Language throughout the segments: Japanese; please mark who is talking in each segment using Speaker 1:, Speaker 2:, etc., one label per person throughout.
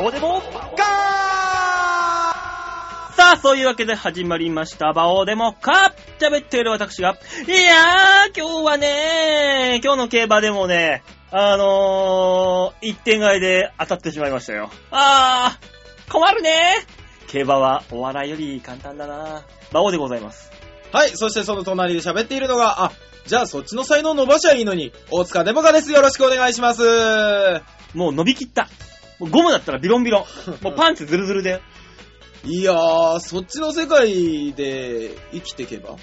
Speaker 1: オデモカーさあ、そういうわけで始まりました。バオーデモカー喋っている私が。いやー、今日はね今日の競馬でもね、あのー、一点外で当たってしまいましたよ。あー、困るね競馬はお笑いより簡単だなバオでございます。
Speaker 2: はい、そしてその隣で喋っているのが、あ、じゃあそっちの才能伸ばしゃいいのに、大塚デモカです。よろしくお願いします。
Speaker 1: もう伸びきった。もうゴムだったらビロンビロ ン。もうパンツズルズルで。
Speaker 2: いやー、そっちの世界で生きてけば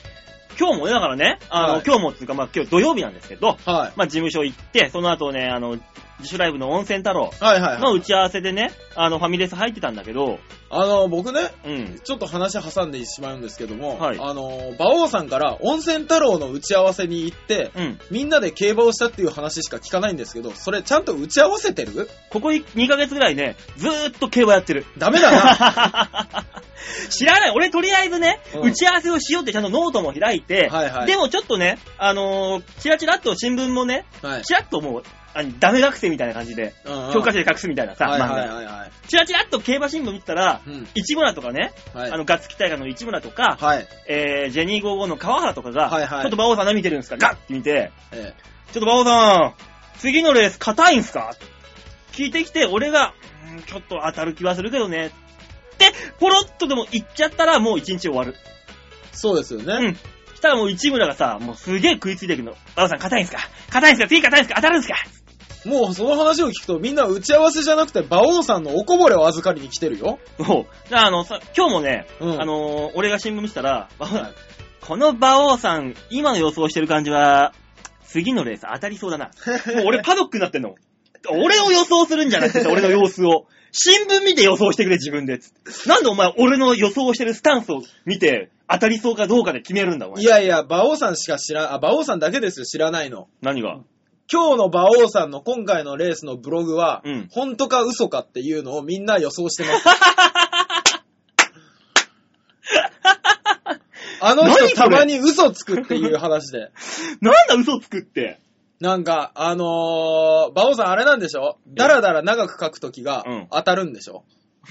Speaker 1: 今日もね、だからね、あの、
Speaker 2: はい
Speaker 1: 今日もっていうか、まあ今日土曜日なんですけど、
Speaker 2: はい。
Speaker 1: まあ、事務所行って、その後ね、あの、自主ライブの温泉太郎
Speaker 2: はいはい
Speaker 1: の
Speaker 2: はい。
Speaker 1: 打ち合わせでね、あの、ファミレス入ってたんだけど、
Speaker 2: あの、僕ね、
Speaker 1: うん。
Speaker 2: ちょっと話挟んでしまうんですけども、
Speaker 1: はい
Speaker 2: あの、馬王さんから温泉太郎の打ち合わせに行って、
Speaker 1: うん。
Speaker 2: みんなで競馬をしたっていう話しか聞かないんですけど、それちゃんと打ち合わせてる
Speaker 1: ここ2ヶ月ぐらいね、ずーっと競馬やって る。
Speaker 2: ダメ だな。
Speaker 1: 知らない。俺とりあえずね、
Speaker 2: うん
Speaker 1: 打ち合わせをしようってちゃんとノートも開いて、
Speaker 2: はいはい
Speaker 1: でもちょっとね、あのー、チラチラっと新聞もね、
Speaker 2: はい。
Speaker 1: チラっともう、あダメ学生みたいな感じで、
Speaker 2: うんうん
Speaker 1: 教科書で隠すみたいなさ、
Speaker 2: はいはい
Speaker 1: 漫
Speaker 2: はいはい。
Speaker 1: 画チラチラっと競馬新聞見てたら、
Speaker 2: うん。
Speaker 1: 市村とかね、
Speaker 2: はい
Speaker 1: あ。の、ガッツキ大会の市村とか、
Speaker 2: はい。
Speaker 1: えー、ジェニー55の川原とかが、
Speaker 2: はいはい
Speaker 1: ちょっと馬王さん何見てるんですかガッて見て、
Speaker 2: え
Speaker 1: ちょっと馬王さん、次のレース硬いんすか聞いてきて、俺が、うーんちょっと当たる気はするけどね。って、ポロッとでも言っちゃったらもう一日終わる。
Speaker 2: えそうですよね。
Speaker 1: うん。したらもう市村がさ、もうすげえ食いついてるの。馬王さん硬いんすか硬いんすか次硬いんすか当たるんすか
Speaker 2: もうその話を聞くとみんな打ち合わせじゃなくて馬王さんのおこぼれを預かりに来てるよ。
Speaker 1: もう、だからあの、さ今日もね、
Speaker 2: うん
Speaker 1: あのー俺が新聞見てたら、馬王さん
Speaker 2: はい
Speaker 1: この馬王さん、今の予想してる感じは、次のレース当たりそうだな。もう俺パドックになってんの。俺を予想するんじゃな くて、俺の様子を。新聞見て予想してくれ、自分で。つってなんでお前、俺の予想してるスタンスを見て、当たりそうかどうかで決めるんだ、お
Speaker 2: い
Speaker 1: 前。
Speaker 2: やいや、馬王さんしか知ら、あ、馬王さんだけですよ、知らないの。
Speaker 1: 何が
Speaker 2: 今日の馬王さんの今回のレースのブログは、
Speaker 1: うん
Speaker 2: 本当か嘘かっていうのをみんな予想して ます。あの
Speaker 1: 何そ
Speaker 2: 人
Speaker 1: れ
Speaker 2: たまに嘘つくっていう話で。
Speaker 1: なんだ、嘘つくって。
Speaker 2: なんか、あのー、馬王さんあれなんでしょだらだら長く書くときが
Speaker 1: うん
Speaker 2: 当たるんでしょ、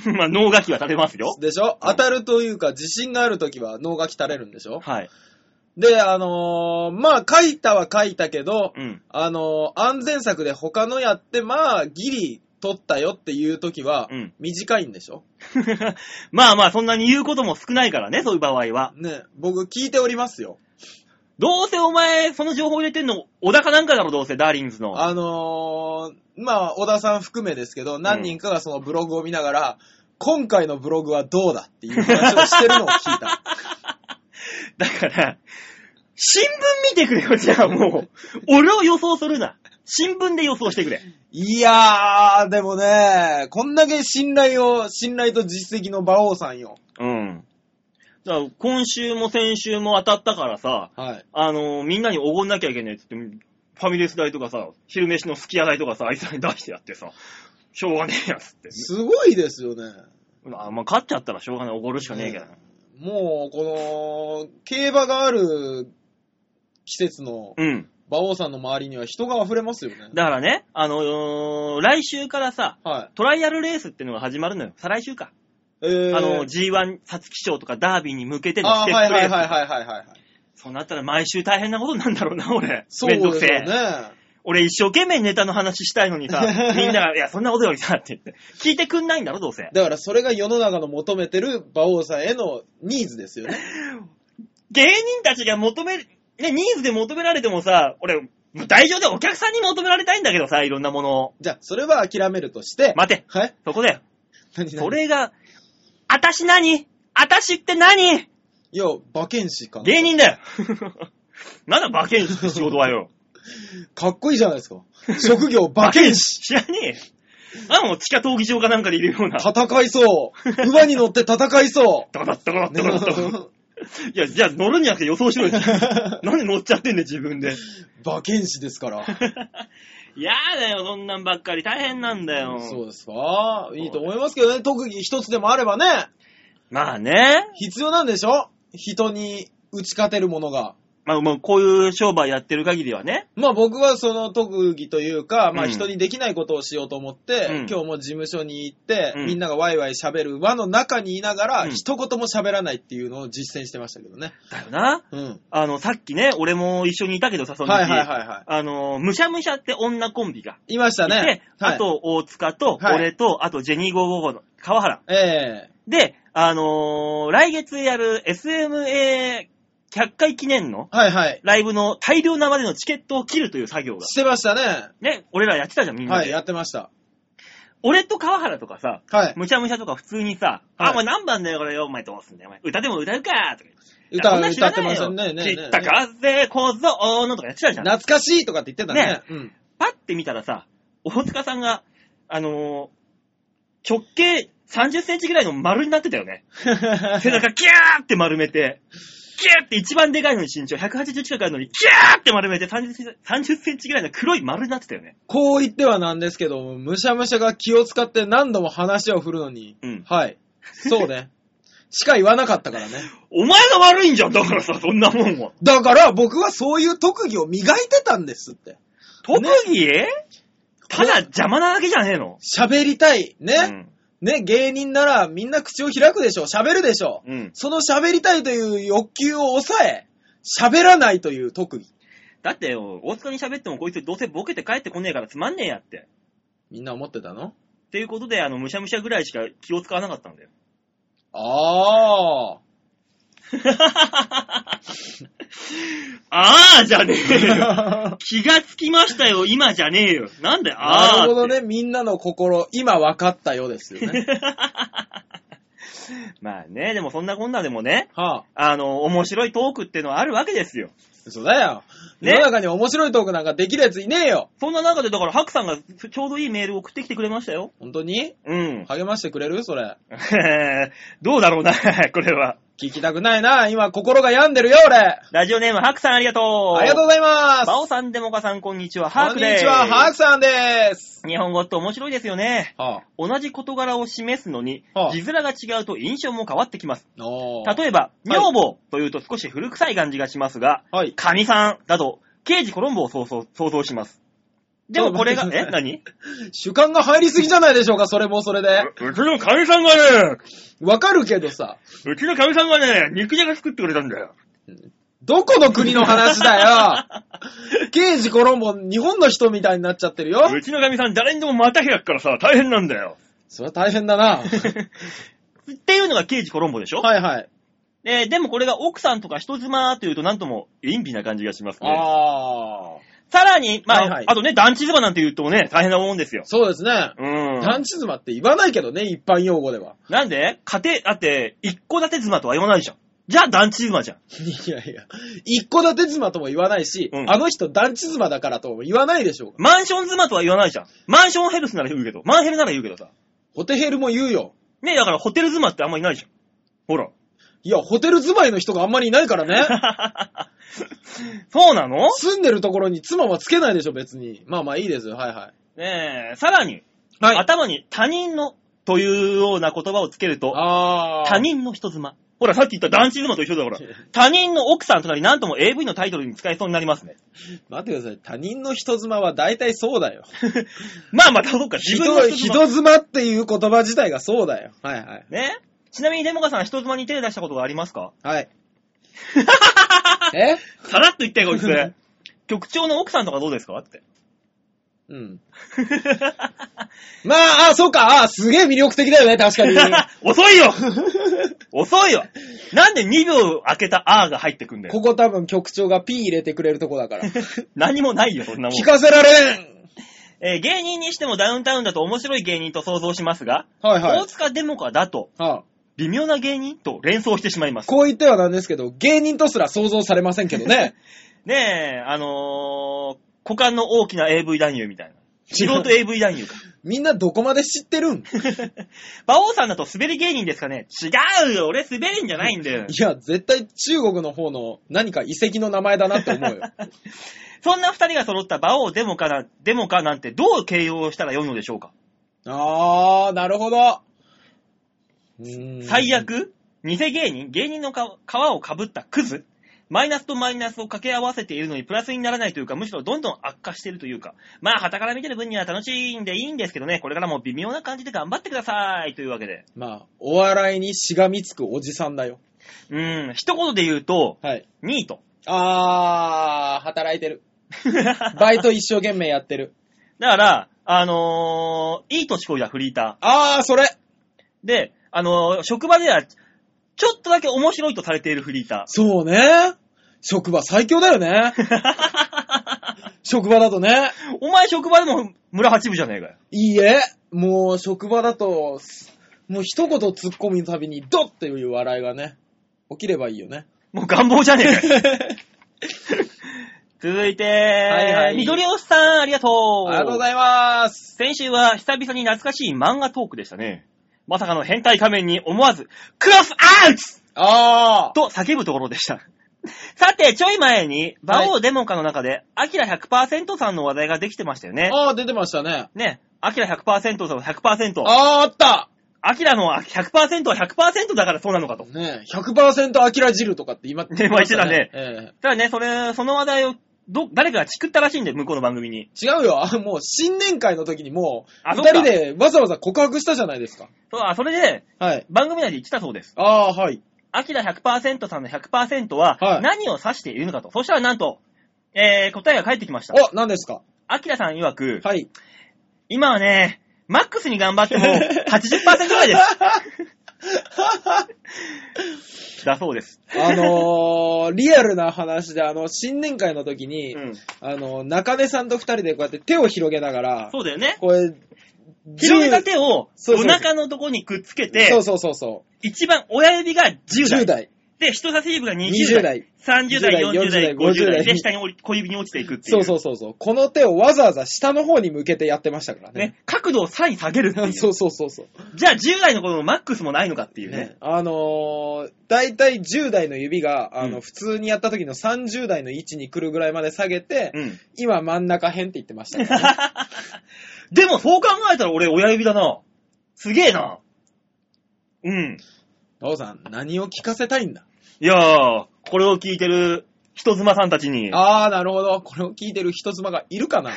Speaker 1: まあ、脳書きは立てますよ。
Speaker 2: でしょ当たるというか、自信があるときは脳がきたれるんでしょ
Speaker 1: はい。
Speaker 2: で、あのーまあ、書いたは書いたけど、
Speaker 1: うん。
Speaker 2: あのー安全策で他のやって、まあ、ギリ取ったよっていうときは
Speaker 1: うん、
Speaker 2: 短いんでしょ、
Speaker 1: まあまあ、そんなに言うことも少ないからね、そういう場合は。
Speaker 2: ね、僕聞いておりますよ。
Speaker 1: どうせお前、その情報入れてんの、小高なんかだろ、どうせ、ダーリンズの。
Speaker 2: あのーまあ、小田さん含めですけど、何人かがそのブログを見ながら、今回のブログはどうだっていう話をしてるのを聞い た。
Speaker 1: だから、新聞見てくれよ、じゃあもう。俺を予想するな。新聞で予想してくれ。
Speaker 2: いやー、でもね、こんだけ信頼を、信頼と実績の馬王さんよ。
Speaker 1: うん。だから、今週も先週も当たったからさ、
Speaker 2: はい。
Speaker 1: あのーみんなにおごんなきゃいけないっつって、ファミレス代とかさ、昼飯のすき家代とかさ、あいつらに出してやってさ、しょうがねえやつって。
Speaker 2: すごいですよね。
Speaker 1: あまあ、勝っちゃったらしょうがない、おごるしかねえけど。
Speaker 2: もう、この、競馬がある季節の
Speaker 1: うん。
Speaker 2: 馬王さんの周りには人が溢れますよね。
Speaker 1: だからね、あのー来週からさ、
Speaker 2: はい。
Speaker 1: トライアルレースってのが始まるのよ。再来週か。
Speaker 2: えー、
Speaker 1: あの、G1、皐月賞とかダービーに向けての
Speaker 2: あ
Speaker 1: ス
Speaker 2: ー
Speaker 1: テ
Speaker 2: は
Speaker 1: ッ
Speaker 2: い
Speaker 1: プ
Speaker 2: は
Speaker 1: レース
Speaker 2: い。はいはいはいはい。
Speaker 1: そうなったら毎週大変なことになるんだろうな、俺。
Speaker 2: そう
Speaker 1: めんどく
Speaker 2: です
Speaker 1: せ
Speaker 2: よ
Speaker 1: え。
Speaker 2: ね。
Speaker 1: 俺一生懸命ネタの話したいのに さ、みんなが、いや、そんなことよりさ、って言って。聞いてくんないんだろ、どうせ。
Speaker 2: だからそれが世の中の求めてる馬王さんへのニーズですよね。
Speaker 1: 芸人たちが求める、ね、ニーズで求められてもさ、俺、大丈夫だよお客さんに求められたいんだけどさ、いろんなものを。
Speaker 2: じゃあ、それは諦めるとして。
Speaker 1: 待て、
Speaker 2: はい
Speaker 1: そこだよ。
Speaker 2: 何何
Speaker 1: それが、あたし何あたしって何
Speaker 2: いや、馬券師かな。
Speaker 1: 芸人だよ。 なんだ馬券師って仕事はよ。
Speaker 2: かっこいいじゃないですか。職業馬 券師。
Speaker 1: 知らねえよ。あ、もう地下闘技場かなんかでいるような。
Speaker 2: 戦いそう。馬に乗って戦いそ
Speaker 1: ドコドッドコドッ
Speaker 2: う。
Speaker 1: ドコドッドコいや、じゃあ乗るんじゃなくて予想し ろよ。なんで乗っちゃってんねん自分で。
Speaker 2: 馬券師で すから。
Speaker 1: やだよ、そんなんばっかり。大変なんだよ。
Speaker 2: そうですかいいと思いますけどね。特技一つでもあればね、
Speaker 1: まあね。
Speaker 2: 必要なんでしょ人に打ち勝てるものが。
Speaker 1: まあ、もうこういう商売やってる限りはね。
Speaker 2: まあ僕はその特技というか、まあ
Speaker 1: うん
Speaker 2: 人にできないことをしようと思って、
Speaker 1: うん
Speaker 2: 今日も事務所に行って、
Speaker 1: うん
Speaker 2: みんながワイワイ喋る輪の中にいながら、
Speaker 1: うん
Speaker 2: 一言も喋らないっていうのを実践してましたけどね。
Speaker 1: だよな。
Speaker 2: うん。
Speaker 1: あの、さっきね、俺も一緒にいたけどさ、その時。
Speaker 2: はいはいはいは
Speaker 1: あの、むしゃむしゃって女コンビが。
Speaker 2: い。いました
Speaker 1: で、
Speaker 2: ね。はい
Speaker 1: あ、と、大塚と、
Speaker 2: はい
Speaker 1: 俺と、あと、ジェニー555の川原。
Speaker 2: ええ
Speaker 1: で、あのー来月やる SMA100 回記念の
Speaker 2: はいはい。
Speaker 1: ライブの大量生でのチケットを切るという作業が。
Speaker 2: してましたね。
Speaker 1: ね、俺らやってたじゃん、みんな
Speaker 2: はい、
Speaker 1: で。
Speaker 2: やってました。
Speaker 1: 俺と川原とかさ、
Speaker 2: はい。
Speaker 1: むしゃむしゃとか普通にさ、
Speaker 2: はい
Speaker 1: あ、お前何番だよ、これよ、お前どうすんだよ、お前。歌でも歌うかとか言って。
Speaker 2: 歌
Speaker 1: いやそんな知
Speaker 2: 歌
Speaker 1: ら
Speaker 2: って
Speaker 1: ない
Speaker 2: ま
Speaker 1: よ
Speaker 2: したね。ねね
Speaker 1: 知
Speaker 2: ね
Speaker 1: った風小僧のとかやってたじゃん。
Speaker 2: 懐かしいとかって言ってたね。
Speaker 1: パッて見たらさ、大塚さんが、あのー直径30センチぐらいの丸になってたよ ね。背中ギャーって丸めて、ギャーって一番でかいのに身長180近くあるのに、ギャーって丸めて30センチ30センチぐらいの黒い丸になってたよね。
Speaker 2: こう言ってはなんですけども、むしゃむしゃが気を使って何度も話を振るのに、
Speaker 1: うん。
Speaker 2: はい。そうね。しか言わなかったからね。
Speaker 1: お前が悪いんじゃん、だからさ、そんなもんは。
Speaker 2: だから僕はそういう特技を磨いてたんですって。
Speaker 1: 特技、ただ邪魔なわけじゃねえの。
Speaker 2: 喋りたい。ね、
Speaker 1: うん。
Speaker 2: ね、芸人ならみんな口を開くでしょう。喋るでしょう。
Speaker 1: うん。
Speaker 2: その喋りたいという欲求を抑え、喋らないという特技。
Speaker 1: だってよ、大塚に喋ってもこいつどうせボケて帰ってこねえからつまんねえやって。
Speaker 2: みんな思ってたの
Speaker 1: っていうことで、あの、むしゃむしゃぐらいしか気を使わなかったんだ よ。
Speaker 2: ああ。
Speaker 1: あーじゃねえよ。 気がつきましたよ、今じゃねえよ。なんだよ、あー
Speaker 2: なるほど
Speaker 1: って
Speaker 2: ね。みんなの心、今分かったよですよね。
Speaker 1: まあね、でもそんなこんなでもね、
Speaker 2: はあ、
Speaker 1: あの、面白いトークってのはあるわけですよ。
Speaker 2: 嘘だよ。
Speaker 1: ね
Speaker 2: 世の中に面白いトークなんかできるやついねえよ。
Speaker 1: そんな中で、だから、ハクさんがちょうどいいメールを送ってきてくれましたよ。
Speaker 2: 本当に
Speaker 1: うん。
Speaker 2: 励ましてくれるそれ。
Speaker 1: どうだろうな、これは。
Speaker 2: 聞きたくないな。今心が病んでるよ、俺。
Speaker 1: ラジオネーム、ハクさんありがとう。
Speaker 2: ありがとうございます。
Speaker 1: バオさん、デモカさん、こんにちは。ハー
Speaker 2: こ
Speaker 1: ク
Speaker 2: ん
Speaker 1: で
Speaker 2: に
Speaker 1: す。
Speaker 2: ちは、ハークさんです。
Speaker 1: 日本語って面白いですよね。
Speaker 2: はあ、
Speaker 1: 同じ事柄を示すのに
Speaker 2: はあ、
Speaker 1: 字面が違うと印象も変わってきます。
Speaker 2: おー
Speaker 1: 例えば、女房というと少し古臭い感じがしますが、
Speaker 2: はい。
Speaker 1: 神さんだと、刑事コロンボを想像想像します。でもこれが
Speaker 2: ちょっ、と
Speaker 1: え
Speaker 2: 待って
Speaker 1: 何
Speaker 2: 主観が入りすぎじゃないでしょうか、それもそれで。
Speaker 1: うちの神さんがね、
Speaker 2: わかるけどさ。
Speaker 1: うちの神さんがね、肉じゃが作ってくれたんだよ。
Speaker 2: どこの国の話だ よ刑事コロンボ、日本の人みたいになっちゃってるよ。
Speaker 1: ちの神さん誰にでも股開くからさ、大変なんだ よ。
Speaker 2: それは大変だな。
Speaker 1: っていうのが刑事コロンボでしょ、
Speaker 2: はいはい。
Speaker 1: えーでもこれが奥さんとか人妻というとなんとも陰微な感じがしますね。
Speaker 2: ああ。
Speaker 1: さらに、まあ、
Speaker 2: はいはい
Speaker 1: あとね、団地妻なんて言うとね、大変なもんですよ。
Speaker 2: そうですね。
Speaker 1: うん。
Speaker 2: 団地妻って言わないけどね、一般用語では。
Speaker 1: なんで家庭、だって、一戸建て妻とは言わないじゃん。じゃあ団地妻じゃん。
Speaker 2: いやいや、一戸建て妻とも言わないし、
Speaker 1: うん
Speaker 2: あの人団地妻だからとも言わないでしょうか。
Speaker 1: マンション妻とは言わないじゃん。マンションヘルスなら言うけど、マンヘルなら言うけどさ。
Speaker 2: ホテヘルも言うよ。
Speaker 1: ねだからホテル妻ってあんまいないじゃん。ほら。
Speaker 2: いや、ホテル住まいの人があんまりいないからね。
Speaker 1: そうなの
Speaker 2: 住んでるところに妻はつけないでしょ、別に。まあまあいいですよ、はいは
Speaker 1: ねえ、さらに、
Speaker 2: い。はい。
Speaker 1: 頭に他人のというような言葉をつけると、
Speaker 2: あー。
Speaker 1: 他人の人妻。ほら、さっき言った団地妻と一緒だ、ほら。 他人の奥さんとなり、なんとも AV のタイトルに使えそうになりますね。
Speaker 2: 待ってください。他人の人妻は大体そうだよ。
Speaker 1: まあまあ、そうか、自
Speaker 2: 人
Speaker 1: 分の、人妻。
Speaker 2: 人妻っていう言葉自体がそうだよ。はいはい。
Speaker 1: ねちなみにデモカさん、人妻に手を出したことがありますか
Speaker 2: はい。え
Speaker 1: さらっと言ってよ、こいつ。 局長の奥さんとかどうですかって。
Speaker 2: うん。まあ、あ、そうか、あ、すげえ魅力的だよね、確 かに。
Speaker 1: 遅いよ遅いよなんで2秒開けたあーが入ってくんだよ。
Speaker 2: ここ多分局長が P 入れてくれるとこだから。
Speaker 1: 何もないよ、そんなもん
Speaker 2: 聞。かせられん
Speaker 1: えー芸人にしてもダウンタウンだと面白い芸人と想像しますが、
Speaker 2: はいはい。
Speaker 1: 大塚デモカだと
Speaker 2: はあ、
Speaker 1: 微妙な芸人と連想してしまいます。
Speaker 2: こう言ってはなんですけど、芸人とすら想像されませんけどね。
Speaker 1: ねえ、あのー、股間の大きな AV 男優みたいな。素人 AV 男優か。
Speaker 2: みんなどこまで知ってるん
Speaker 1: 馬王さんだと滑り芸人ですかね違うよ俺滑りんじゃないんだよ。
Speaker 2: いや、絶対中国の方の何か遺跡の名前だなって思うよ。
Speaker 1: そんな二人が揃った馬王デモカな、デモカなんてどう形容したら良いのでしょうか
Speaker 2: あー、なるほど。うーん
Speaker 1: 最。悪偽芸人芸人のか皮をかぶったクズマイナスとマイナスを掛け合わせているのにプラスにならないというか、むしろどんどん悪化しているというか、まあ、旗から見てる分には楽しいんでいいんですけどね、これからも微妙な感じで頑張ってくださいというわけで。
Speaker 2: まあ、お笑いにしがみつくおじさんだよ。
Speaker 1: うん、一言で言うと、
Speaker 2: はい。
Speaker 1: ニート。
Speaker 2: あー、働いてる。
Speaker 1: だ
Speaker 2: バイト一生懸命やってる。
Speaker 1: から、あのーいい年こいだフリータ
Speaker 2: あー、それ
Speaker 1: ー。で、あのー職場では、ちょっとだけ面白いとされているフリーター。
Speaker 2: そうね。職場最強だ よね。職場だとね。
Speaker 1: お前職場でも村八部じゃねえかよ。
Speaker 2: いいえ、もう職場だと、もう一言突っ込むたびにドッていう笑いがね、起きればいい よね。
Speaker 1: もう願望じゃねえ かよ。続いて、
Speaker 2: いはい
Speaker 1: 緑おっさん、ありがと
Speaker 2: あ
Speaker 1: う。
Speaker 2: りがとうございます。
Speaker 1: 先週は久々に懐かしい漫画トークでしたね。まさかの変態仮面に思わず、クロスアウト
Speaker 2: あー。
Speaker 1: と叫ぶところでした。 さて、ちょい前に、馬王デモカの中で、アキラ100%さんの話題ができてましたよね。
Speaker 2: あー、出てましたね。
Speaker 1: ね、アキラ100%さんは100%。
Speaker 2: あー、あった
Speaker 1: アキラの100%は100%だからそうなのかと。
Speaker 2: ねえ、100%アキラ汁とかって言いま
Speaker 1: ね言ってたね
Speaker 2: え
Speaker 1: ただね、それ、その話題を、ど、誰かがチクったらしいんで、向こうの番組に。
Speaker 2: え違うよ。あもう新年会の時にもう、
Speaker 1: あそ
Speaker 2: 二
Speaker 1: っか
Speaker 2: 人でわざわざ告白したじゃないですか。
Speaker 1: そう、あ、それで、
Speaker 2: はい。
Speaker 1: 番組内で言ってたそうです。
Speaker 2: あー、はい。
Speaker 1: アキラ100%さんの100%は
Speaker 2: は、い
Speaker 1: 何を指しているのかと。そしたらなんと、えー、答えが返ってきました。
Speaker 2: お、何ですか
Speaker 1: アキラさん曰く、
Speaker 2: はい。
Speaker 1: 今はね、マックスに頑張っても80%ぐらいで す。だそうです。
Speaker 2: あのー、リアルな話で、あの、新年会の時に、
Speaker 1: うん。
Speaker 2: あの、中根さんと二人でこうやって手を広げながら、
Speaker 1: そうだよね。
Speaker 2: これ、
Speaker 1: 広げた手を
Speaker 2: そう
Speaker 1: お
Speaker 2: そう
Speaker 1: 腹のとこにくっつけ
Speaker 2: そう
Speaker 1: て、
Speaker 2: そうそうそ
Speaker 1: 一番親指が
Speaker 2: う。
Speaker 1: 10代。
Speaker 2: 代。
Speaker 1: で、人差し指が
Speaker 2: 20
Speaker 1: 20代。
Speaker 2: 代。
Speaker 1: 30代、40
Speaker 2: 40代
Speaker 1: 代、50
Speaker 2: 50
Speaker 1: 代。
Speaker 2: 代
Speaker 1: で、下に降り小指に落ちていくってい。
Speaker 2: そううそうそうそう。この手をわざわざ下の方に向けてやってましたからね。
Speaker 1: ね、角度をさに下げるっていう。
Speaker 2: そうそうそうそう。
Speaker 1: じゃあ10代の頃のマックスもないのかっていうね。
Speaker 2: ね、あのー、大体10代の指が、あの、
Speaker 1: うん
Speaker 2: 普通にやった時の30代の位置に来るぐらいまで下げて、
Speaker 1: うん。
Speaker 2: 今真ん中辺って言ってましたからね
Speaker 1: でもそう考えたら俺親指だな。すげえな。うん。
Speaker 2: 馬王さん、何を聞かせたいんだ
Speaker 1: いやー、これを聞いてる人妻さんたちに、
Speaker 2: あー、なるほど。これを聞いてる人妻がいるかな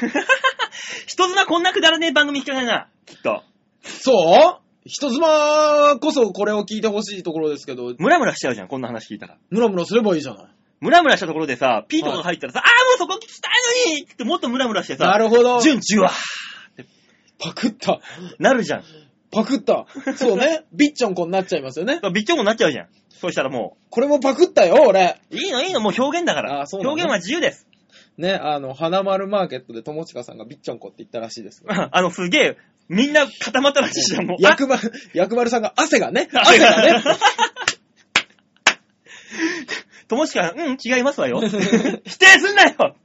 Speaker 1: 人妻こんなくだらねえ番組聞かないな、きっと。
Speaker 2: そう人妻こそこれを聞いてほしいところですけど、
Speaker 1: ムラムラしちゃうじゃん、こんな話聞いたら。
Speaker 2: ムラムラすればいいじゃない。
Speaker 1: ムラムラしたところでさ、ピーとかが入ったらさ、あーもうそこ聞きたいのにってもっとムラムラしてさ、
Speaker 2: なるほど。
Speaker 1: ジュンジュワー
Speaker 2: パクった。
Speaker 1: なるじゃん。
Speaker 2: パクった。そう ね。ビッチョンコになっちゃいますよね。
Speaker 1: びっちょもなっちゃうじゃん。そうしたらも
Speaker 2: これもパクったよ、俺。
Speaker 1: う、いいのいいの、もう表現だから。
Speaker 2: あーそうなの
Speaker 1: 表現は自由です。
Speaker 2: ね、あの、花丸マーケットで友近さんがビッチョンコって言ったらしいです。
Speaker 1: あの、すげえ、みんな固まったらしいじゃん、 もう。あ
Speaker 2: 薬丸、薬丸さんが汗がね、 汗 がね。
Speaker 1: ともしか、うん、違います わよ。否定すんなよ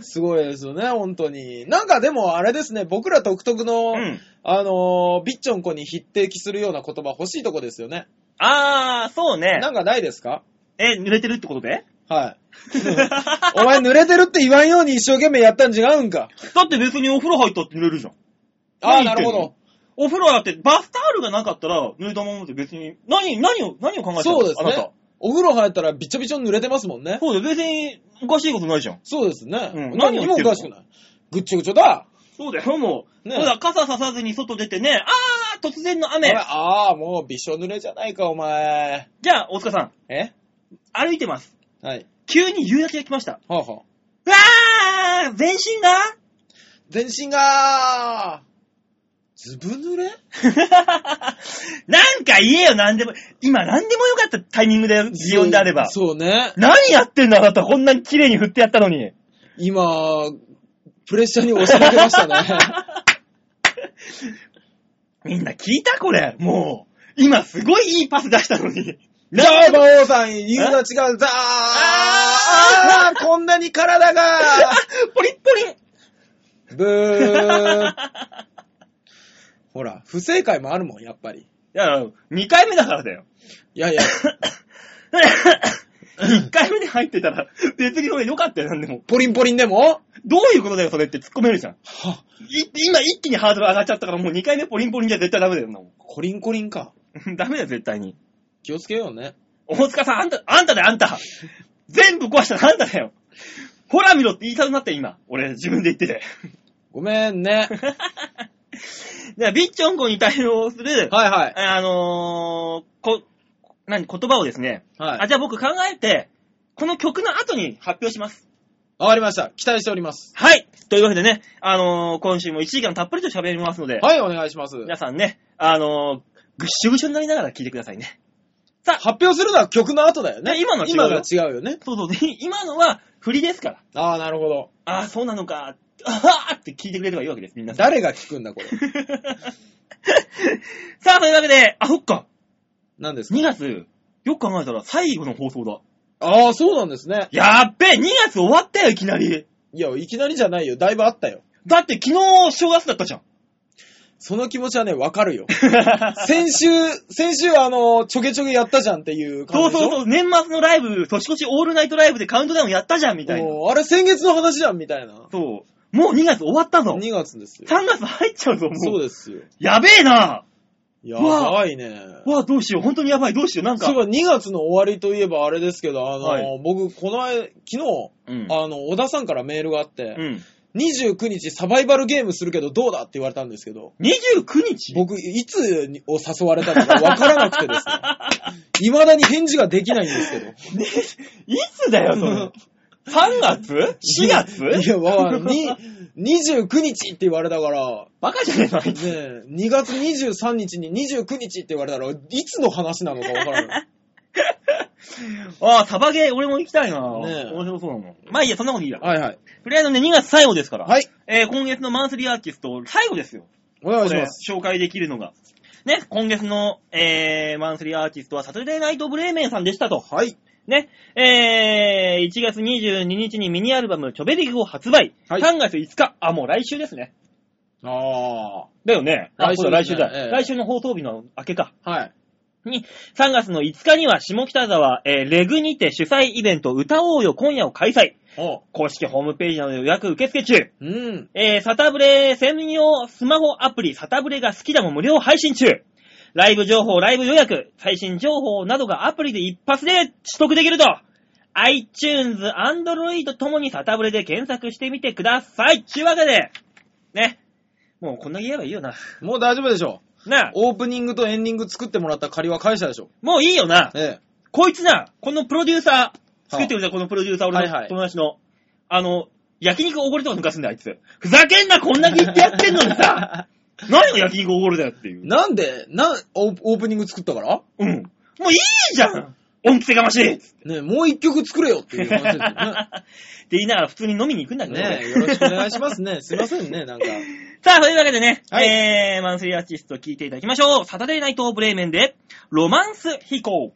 Speaker 2: すごいですよね、本当に。なんかでもあれですね、僕ら独特の、
Speaker 1: うん。
Speaker 2: あのー、ビッチョンコに匹敵するような言葉欲しいとこですよね。
Speaker 1: あー、そうね。
Speaker 2: なんかないですか
Speaker 1: え、濡れてるってことで
Speaker 2: はい。
Speaker 1: だ
Speaker 2: お前濡れてるって言わんように一生懸命やったん違うんか。
Speaker 1: って別にお風呂入ったって濡れるじゃん。
Speaker 2: あ
Speaker 1: 何
Speaker 2: あ、
Speaker 1: 言
Speaker 2: な
Speaker 1: って
Speaker 2: る
Speaker 1: んの
Speaker 2: ほど。
Speaker 1: お風呂だって、バスタオルがなかったら、濡れたままで別に、何、何を、何を考えてるの
Speaker 2: そうです
Speaker 1: あなた
Speaker 2: ね。。お風呂入ったらびちょびちょに濡れてますもんね。
Speaker 1: そうだよ、別に、おかしいことないじゃん。
Speaker 2: そうですね。
Speaker 1: うん
Speaker 2: 何にもおかしくない。ぐっちょぐちょだ。
Speaker 1: そうだよ、もう。
Speaker 2: ね
Speaker 1: そうだ、傘ささずに外出てね、あー、突然の
Speaker 2: お前
Speaker 1: 雨。
Speaker 2: ああ、もうびしょ濡れじゃないか、お前。
Speaker 1: じゃあ、大塚さん、
Speaker 2: え
Speaker 1: 歩いてます。
Speaker 2: はい。
Speaker 1: 急に夕焼けが来ました。
Speaker 2: はあ、はあ、
Speaker 1: うわー全身が
Speaker 2: 全身が、ずぶ濡れ
Speaker 1: なんか言えよ、なんでも。今、なんでもよかったタイミングで、擬音であれば。
Speaker 2: そうそうね。
Speaker 1: 何やってんだ、あなた。こんなに綺麗に振ってやったのに。
Speaker 2: 今、プレッシャーに押し負けま したね。
Speaker 1: みんな聞いたこれ。もう。今、すごいいいパス出したのに。
Speaker 2: じゃあ、馬王さん、言うのは違う。ザー
Speaker 1: あ
Speaker 2: あーこんなに体 が、
Speaker 1: ポリッポリン。
Speaker 2: ブー。ほら、不正解もあるもん、やっぱり。
Speaker 1: いや、2回目だからだ よ。
Speaker 2: いやいや、
Speaker 1: 1回目で入ってたら、別にそれ良かったよ、なんでも。
Speaker 2: ポリンポリンでも
Speaker 1: どういうことだよ、それって突っ込めるじゃん。
Speaker 2: は、
Speaker 1: い今、一気にハードル上がっちゃったから、もう2回目ポリンポリンじゃ絶対ダメだよ、そんなも
Speaker 2: コリンコリンか。
Speaker 1: んダメだよ、絶対に。
Speaker 2: 気をつけようね。
Speaker 1: 大塚さん、あんた、あんただよ、あんた。全部壊したのあんただよ。ほら見ろって言いたくなったよ、今。俺、自分で言ってて。
Speaker 2: ごめんね。
Speaker 1: で、ビッチョンコに対応する、
Speaker 2: はいはい。
Speaker 1: あのー、こ、何、言葉をですね、
Speaker 2: はい。
Speaker 1: あ、じゃあ僕考えて、この曲の後に発表します。
Speaker 2: わかりました。期待しております。
Speaker 1: はいというわけでね、あのー、今週も1時間たっぷりと喋りますので、
Speaker 2: はい、お願いします。
Speaker 1: 皆さんね、あのー、ぐっしゅぐしゅになりながら聞いてくださいね。さあ、
Speaker 2: 発表するのは曲の後だよね。
Speaker 1: ね今のは違う
Speaker 2: 今が違うよね。
Speaker 1: そうそう、今のは振りですから。
Speaker 2: ああ、なるほど。
Speaker 1: ああ、そうなのか。あはーって聞いてくれればいいわけです、みんな。 さ
Speaker 2: 誰が聞くんだ、これ。
Speaker 1: あ、というわけで、あ、そっか。
Speaker 2: 何ですか
Speaker 1: 2月、よく考えたら最後の放送だ。
Speaker 2: ああ、そうなんですね。
Speaker 1: やっべえ、2月終わったよ、いきなり。
Speaker 2: いや、いきなりじゃないよ。だいぶあったよ。
Speaker 1: だって昨日正月だったじ ゃん。
Speaker 2: その気持ちはね、わかるよ。先週、 先週、あの、ちょけちょけやったじゃんっていう
Speaker 1: そ
Speaker 2: 感
Speaker 1: う
Speaker 2: じでし
Speaker 1: そ
Speaker 2: ょ
Speaker 1: うそう、年末のライブ、年越しオールナイトライブでカウントダウンやったじゃん、みたいな。
Speaker 2: おーあれ、先月の話じゃん、みたいな。
Speaker 1: そう。もう2月終わったぞ。3
Speaker 2: 2月ですよ。
Speaker 1: 月入っちゃうぞ、も う。
Speaker 2: そうですよ。
Speaker 1: やべえな
Speaker 2: やばいね。
Speaker 1: わあ、どうしよう、本当にやばい、どうしよう、なんか
Speaker 2: そうい。えば、2月の終わりといえばあれですけど、あの、
Speaker 1: はい
Speaker 2: 僕、この間、昨日、
Speaker 1: うん。
Speaker 2: あの、小田さんからメールがあって、
Speaker 1: うん。
Speaker 2: 29日サバイバルゲームするけどどうだって言われたんですけど、
Speaker 1: 29日
Speaker 2: 僕、いつにを誘われたのかわからなくてですね。 未だに返事がで きないんですけど。
Speaker 1: いつだよ、そ れ。3月 ?4
Speaker 2: い
Speaker 1: 月
Speaker 2: や、わ あ、に、29日って言われたから、
Speaker 1: バカじゃねえのあい
Speaker 2: ね
Speaker 1: つ
Speaker 2: え、2月23日に29日って言われたら、いつの話なのかわか らない。
Speaker 1: ああ、サバゲー、俺も行きたいな。
Speaker 2: ねえ
Speaker 1: 面白そうなの。まあいいや、そんなこといいや。
Speaker 2: はいはい。
Speaker 1: とりあえずね、2月最後ですから。
Speaker 2: はい。
Speaker 1: えー今月のマンスリーアーティスト、最後ですよ。
Speaker 2: お願い
Speaker 1: こ
Speaker 2: し
Speaker 1: れ
Speaker 2: ます。
Speaker 1: 紹介できるのが。ね、今月の、えーマンスリーアーティストはサトデーナイトブレーメンさんでしたと。
Speaker 2: はい。
Speaker 1: ね、えー1月22日にミニアルバム、チョベリグを発売。
Speaker 2: はい
Speaker 1: 3月5日、あ、もう来週ですね。
Speaker 2: あ
Speaker 1: だよね。あ
Speaker 2: 来週
Speaker 1: そうだ来週だ、
Speaker 2: ええ
Speaker 1: 来週の放送日の明けか。
Speaker 2: あ。はい。
Speaker 1: に、3月の5日には下北沢、えーレグにて主催イベント歌おうよ今夜を開催。
Speaker 2: お
Speaker 1: 公式ホームページなどの予約受付中。
Speaker 2: うん。
Speaker 1: えーサタブレ専用スマホアプリサタブレが好きだも無料配信中。ライブ情報、ライブ予約、最新情報などがアプリで一発で取得できると。iTunes、Android ともにサタブレで検索してみてください。ちゅうわけで、ね。もうこんな言えばいいよな。
Speaker 2: もう大丈夫でしょ。
Speaker 1: なあ、
Speaker 2: オープニングとエンディング作ってもらった借りは返したでしょ。
Speaker 1: もういいよな。
Speaker 2: え
Speaker 1: こいつな、このプロデューサー、作ってるんだよ、このプロデューサー、俺
Speaker 2: はいは
Speaker 1: の
Speaker 2: い
Speaker 1: 友達の。あの、焼肉おごるとか抜かすんだよ、あいつ。ふざけんな、こんだけ言ってやってんのに さ何が焼肉おごるだよってい
Speaker 2: え。
Speaker 1: う。
Speaker 2: なんで、な、オーオープニング作ったから
Speaker 1: うん。もういいじゃん恩着せがまし いっつって
Speaker 2: ねえ、もう一曲作れよっていう話です
Speaker 1: 言いながら普通に飲みに行くんだ
Speaker 2: よ
Speaker 1: け
Speaker 2: ね。
Speaker 1: ど
Speaker 2: ねえ、
Speaker 1: ね。
Speaker 2: よろしくお願いしますね。すいませんね、なんか。
Speaker 1: さあ、というわけでね、
Speaker 2: はい
Speaker 1: えー、マンスリーアーティスト聞いていただきましょう。サタデーナイトブレーメンで、ロマンス飛行。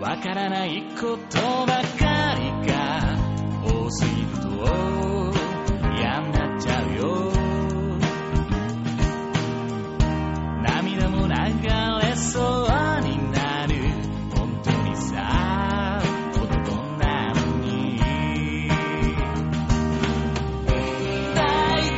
Speaker 3: わからないことばかりが多すぎると嫌になっちゃうよ涙も流れそうになる本当にさ男なのに大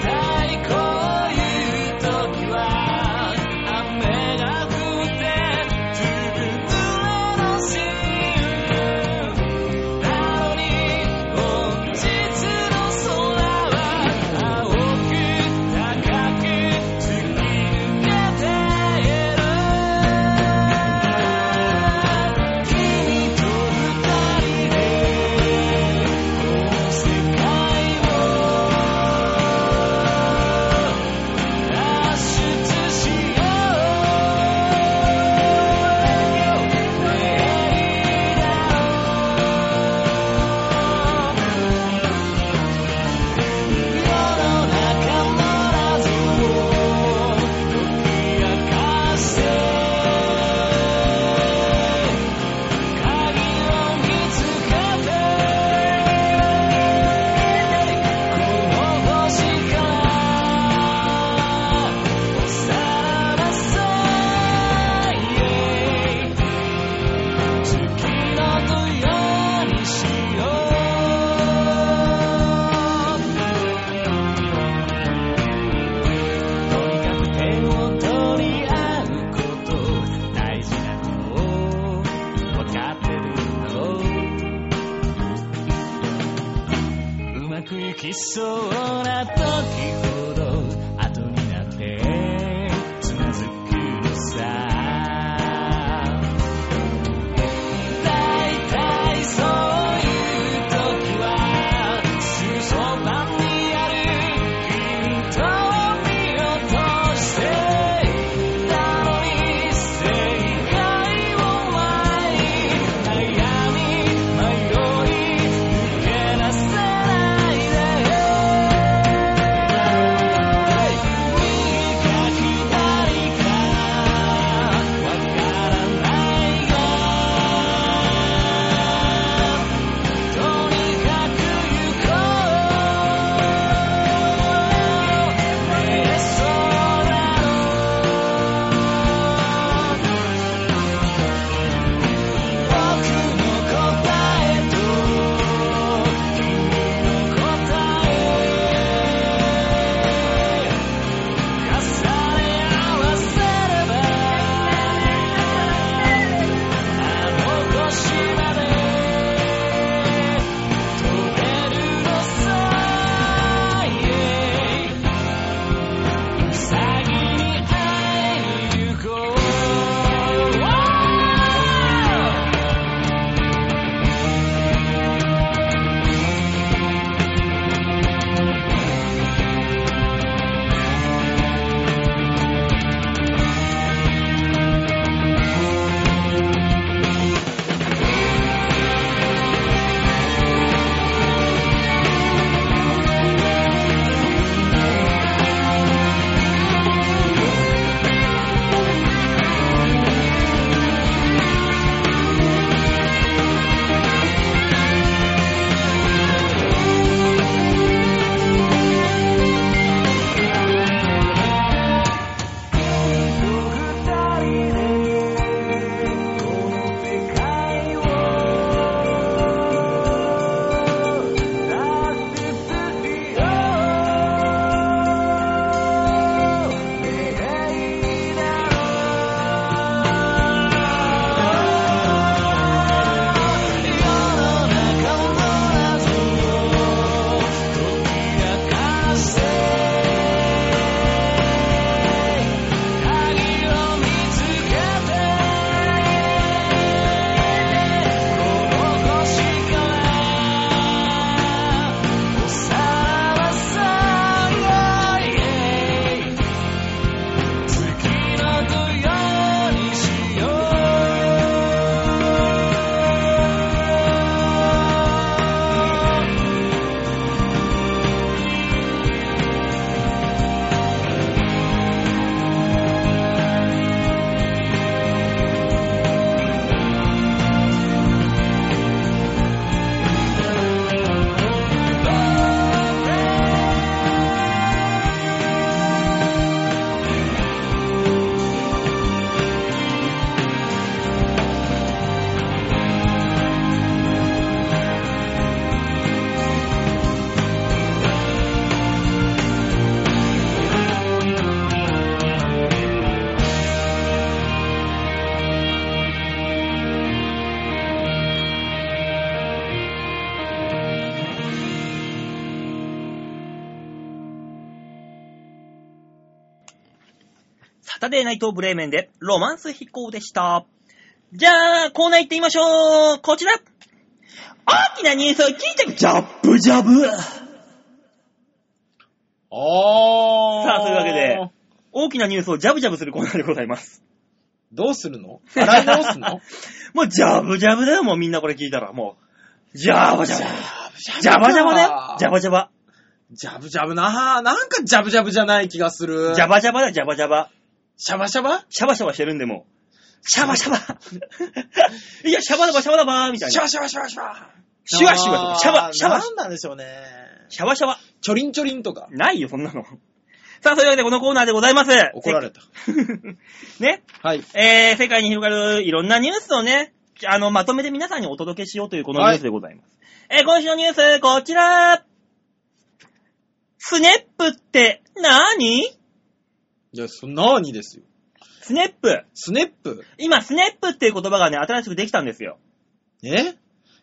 Speaker 3: 体こういう時は雨が降ってずぶ濡れのシーンなのに本日の
Speaker 1: サタデーナイトブレーメンで、ロマンス飛行でした。じゃあ、コーナー行ってみましょうこちら大きなニュースを聞いてジャッブジャブ
Speaker 2: あー。
Speaker 1: さあそういうわけで。大きなニュースをジャブジャブするコーナーでございます。
Speaker 2: どうするの洗い直すの
Speaker 1: もうジャブジャブだよ、もうみんなこれ聞いたら、もう。ジャブジャブ。 ジ
Speaker 2: ジ
Speaker 1: ャバジャバだよ
Speaker 2: か。
Speaker 1: ジャバジャバ。
Speaker 2: ジャブジャブなぁ。なんかジャブジャブじゃない気がする。
Speaker 1: ジャバジャバだよ、ジャバジャバ。
Speaker 2: シャバシャバ
Speaker 1: シャバシャバしてるんで、もう。シャバシ ャバ。いや、シャバダバ、シャバダバ、みたい
Speaker 2: シャ
Speaker 1: な。
Speaker 2: バシャバシャバシャバ
Speaker 1: シュワシュワとか、シャバ、シャ
Speaker 2: あ
Speaker 1: バ
Speaker 2: ー、なんなんでしょうね。
Speaker 1: シャバシャバ。
Speaker 2: チョリンチョリンとか。
Speaker 1: ないよ、そんなの。さあ、そういうわけでこのコーナーでございます。
Speaker 2: 怒られた。
Speaker 1: せ ね。
Speaker 2: はい。
Speaker 1: えー、世界に広がるいろんなニュースをね、あの、まとめて皆さんにお届けしようというこのニュースでございます。えー、今週のニュース、こちらスネップって何
Speaker 2: いや、そ、なーにですよ。
Speaker 1: スネップ。
Speaker 2: スネップ
Speaker 1: 今、スネップっていう言葉がね、新しくできたんですよ。
Speaker 2: え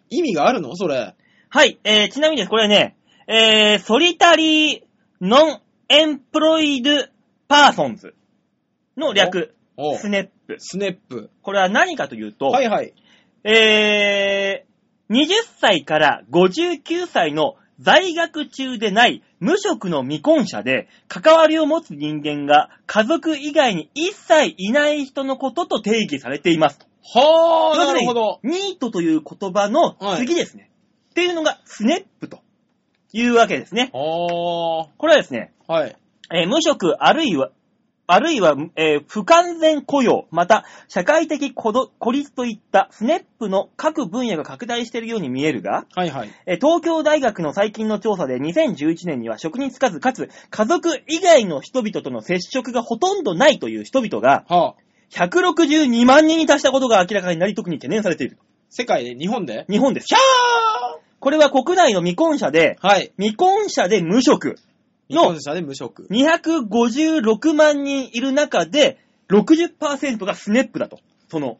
Speaker 2: 意味があるのそれ。
Speaker 1: はい、えー、ちなみにです、これね、えー、ソリタリー・ノン・エンプロイド・パーソンズの略、
Speaker 2: おう
Speaker 1: スネップ。
Speaker 2: スネップ。
Speaker 1: これは何かというと、
Speaker 2: はいはい。
Speaker 1: えー、20歳から59歳の在学中でない無職の未婚者で、関わりを持つ人間が家族以外に一切いない人のことと定義されていますと。
Speaker 2: はあ、
Speaker 1: 要す
Speaker 2: な
Speaker 1: る
Speaker 2: る
Speaker 1: に
Speaker 2: ほど。
Speaker 1: ニートという言葉の次ですね。っていうのがスネップというわけですね。
Speaker 2: は
Speaker 1: これはですね、
Speaker 2: あ、はい。
Speaker 1: えー無職あるいは、あるいは、えー不完全雇用、また、社会的孤独孤立といったスネップの各分野が拡大しているように見えるが、
Speaker 2: はいはい。
Speaker 1: えー東京大学の最近の調査で2011年には職に就かず、かつ家族以外の人々との接触がほとんどないという人々が
Speaker 2: はあ、
Speaker 1: 162万人に達したことが明らかになり特に懸念されている。
Speaker 2: 世界で、日本で
Speaker 1: 日本です
Speaker 2: キ。ャ
Speaker 1: これは国内の未婚者で、
Speaker 2: ーはい。
Speaker 1: 未婚者で無職
Speaker 2: 日
Speaker 1: の
Speaker 2: 本社で無職。
Speaker 1: 256万人いる中で60%がスネップだと。その、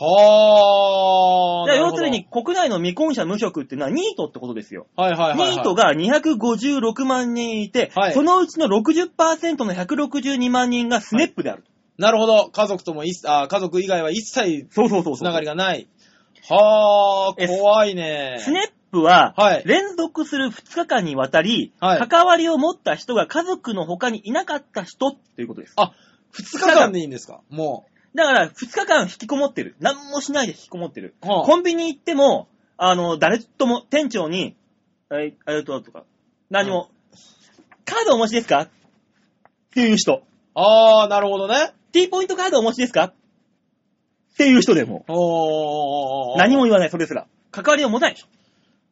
Speaker 2: はあ、
Speaker 1: だから要
Speaker 2: なるほ
Speaker 1: す
Speaker 2: ど
Speaker 1: るに、国内の未婚者無職っていうのはニートってことですよ。
Speaker 2: はいはいはい、はい。
Speaker 1: ニートが256万人いて、
Speaker 2: はい
Speaker 1: そのうちの60%の162万人がスネップである。
Speaker 2: なるほど。家族とも一切、あ、家族以外は一切
Speaker 1: そうそうそう
Speaker 2: つ
Speaker 1: そう
Speaker 2: ながりがない。は
Speaker 1: え
Speaker 2: あ、怖いね。
Speaker 1: スネップは
Speaker 2: はい、
Speaker 1: 連続する2日間にわたり、
Speaker 2: はい
Speaker 1: 関わりを持った人が家族の他にいなかった人っていうことです。
Speaker 2: あ、二日間でいいんですかも
Speaker 1: だから、2日間引きこもってる。何もしないで引きこもってる。
Speaker 2: う。はあ
Speaker 1: コンビニ行っても、あの、誰とも、店長に、えありがとうとか、何も、カードお持ちですかっていう人。
Speaker 2: あー、なるほどね。
Speaker 1: T ポイントカードお持ちですかっていう人でも、
Speaker 2: おー。
Speaker 1: 何も言わない、それすら。関わりを持たない。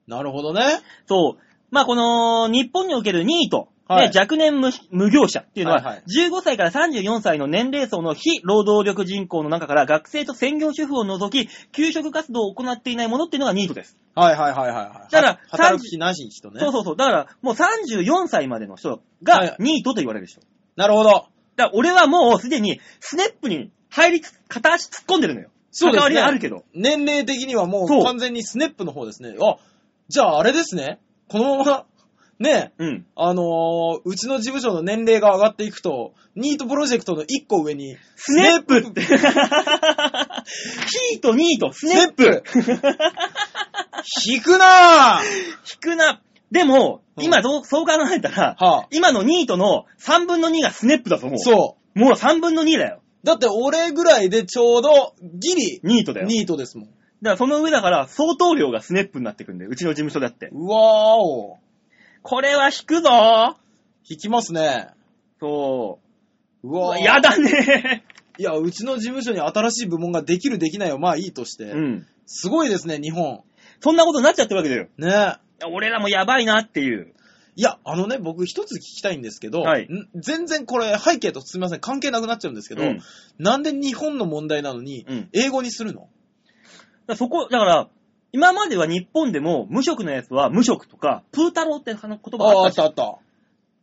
Speaker 2: なるほどね。
Speaker 1: そう。まあ、この、日本におけるニート、
Speaker 2: はい
Speaker 1: ね若年無無業者っていうのは、
Speaker 2: はいはい
Speaker 1: 15歳から34歳の年齢層の非労働力人口の中から学生と専業主婦を除き、給食活動を行っていないものっていうのがニートです。
Speaker 2: はいはいはいはいはい。
Speaker 1: だから
Speaker 2: は働く気なし人ね。
Speaker 1: そうそうそう。だから、もう34歳までの人
Speaker 2: は
Speaker 1: が
Speaker 2: い
Speaker 1: ニートと言われる人。
Speaker 2: なるほど。
Speaker 1: だから、俺はもうすでに、スネップに入りつ、片足突っ込んでるのよ。
Speaker 2: そうですね
Speaker 1: 関わりはあるけど。
Speaker 2: 年齢的にはもう
Speaker 1: そう
Speaker 2: 完全にスネップの方ですね。あ、じゃああれですね。このまま、ねえ、
Speaker 1: うん。
Speaker 2: あのー、うちの事務所の年齢が上がっていくと、ニートプロジェクトの一個上に、
Speaker 1: スネップって。ヒート、ニート、スネップ。
Speaker 2: 引くなぁ
Speaker 1: 引くな。でも、
Speaker 2: うん
Speaker 1: 今そう、そう考えたら、
Speaker 2: はあ
Speaker 1: 今のニートの3分の2がスネップだと思う。。
Speaker 2: そう
Speaker 1: もう3分の2だよ。
Speaker 2: う。だって俺ぐらいでちょうどギリ、
Speaker 1: ニートだよ。だか
Speaker 2: ニートですもん。
Speaker 1: らその上だから、相当量がスネップになってくんだよ。うちの事務所だって。
Speaker 2: うわーお。
Speaker 1: これは引くぞ
Speaker 2: 引きますね。
Speaker 1: そう。
Speaker 2: う
Speaker 1: う
Speaker 2: わ
Speaker 1: わ
Speaker 2: ー
Speaker 1: やだね
Speaker 2: いや、うちの事務所に新しい部門ができるできないはまあいいとして。
Speaker 1: うん。
Speaker 2: すごいですね、日本。
Speaker 1: そんなことになっちゃってるわけだよ。
Speaker 2: ねえ。
Speaker 1: 俺らもやばいなっていう。
Speaker 2: いや、あのね、僕一つ聞きたいんですけど、
Speaker 1: はい
Speaker 2: ん全然これ背景とすみません、関係なくなっちゃうんですけど、
Speaker 1: うん
Speaker 2: なんで日本の問題なのに
Speaker 1: うん、
Speaker 2: 英語にするの、
Speaker 1: だそこ、だから、今までは日本でも無職のやつは無職とか、プータローってあの言葉
Speaker 2: あ
Speaker 1: が
Speaker 2: あ、
Speaker 1: あ
Speaker 2: あ
Speaker 1: っ
Speaker 2: った
Speaker 1: た
Speaker 2: あ
Speaker 1: し
Speaker 2: った。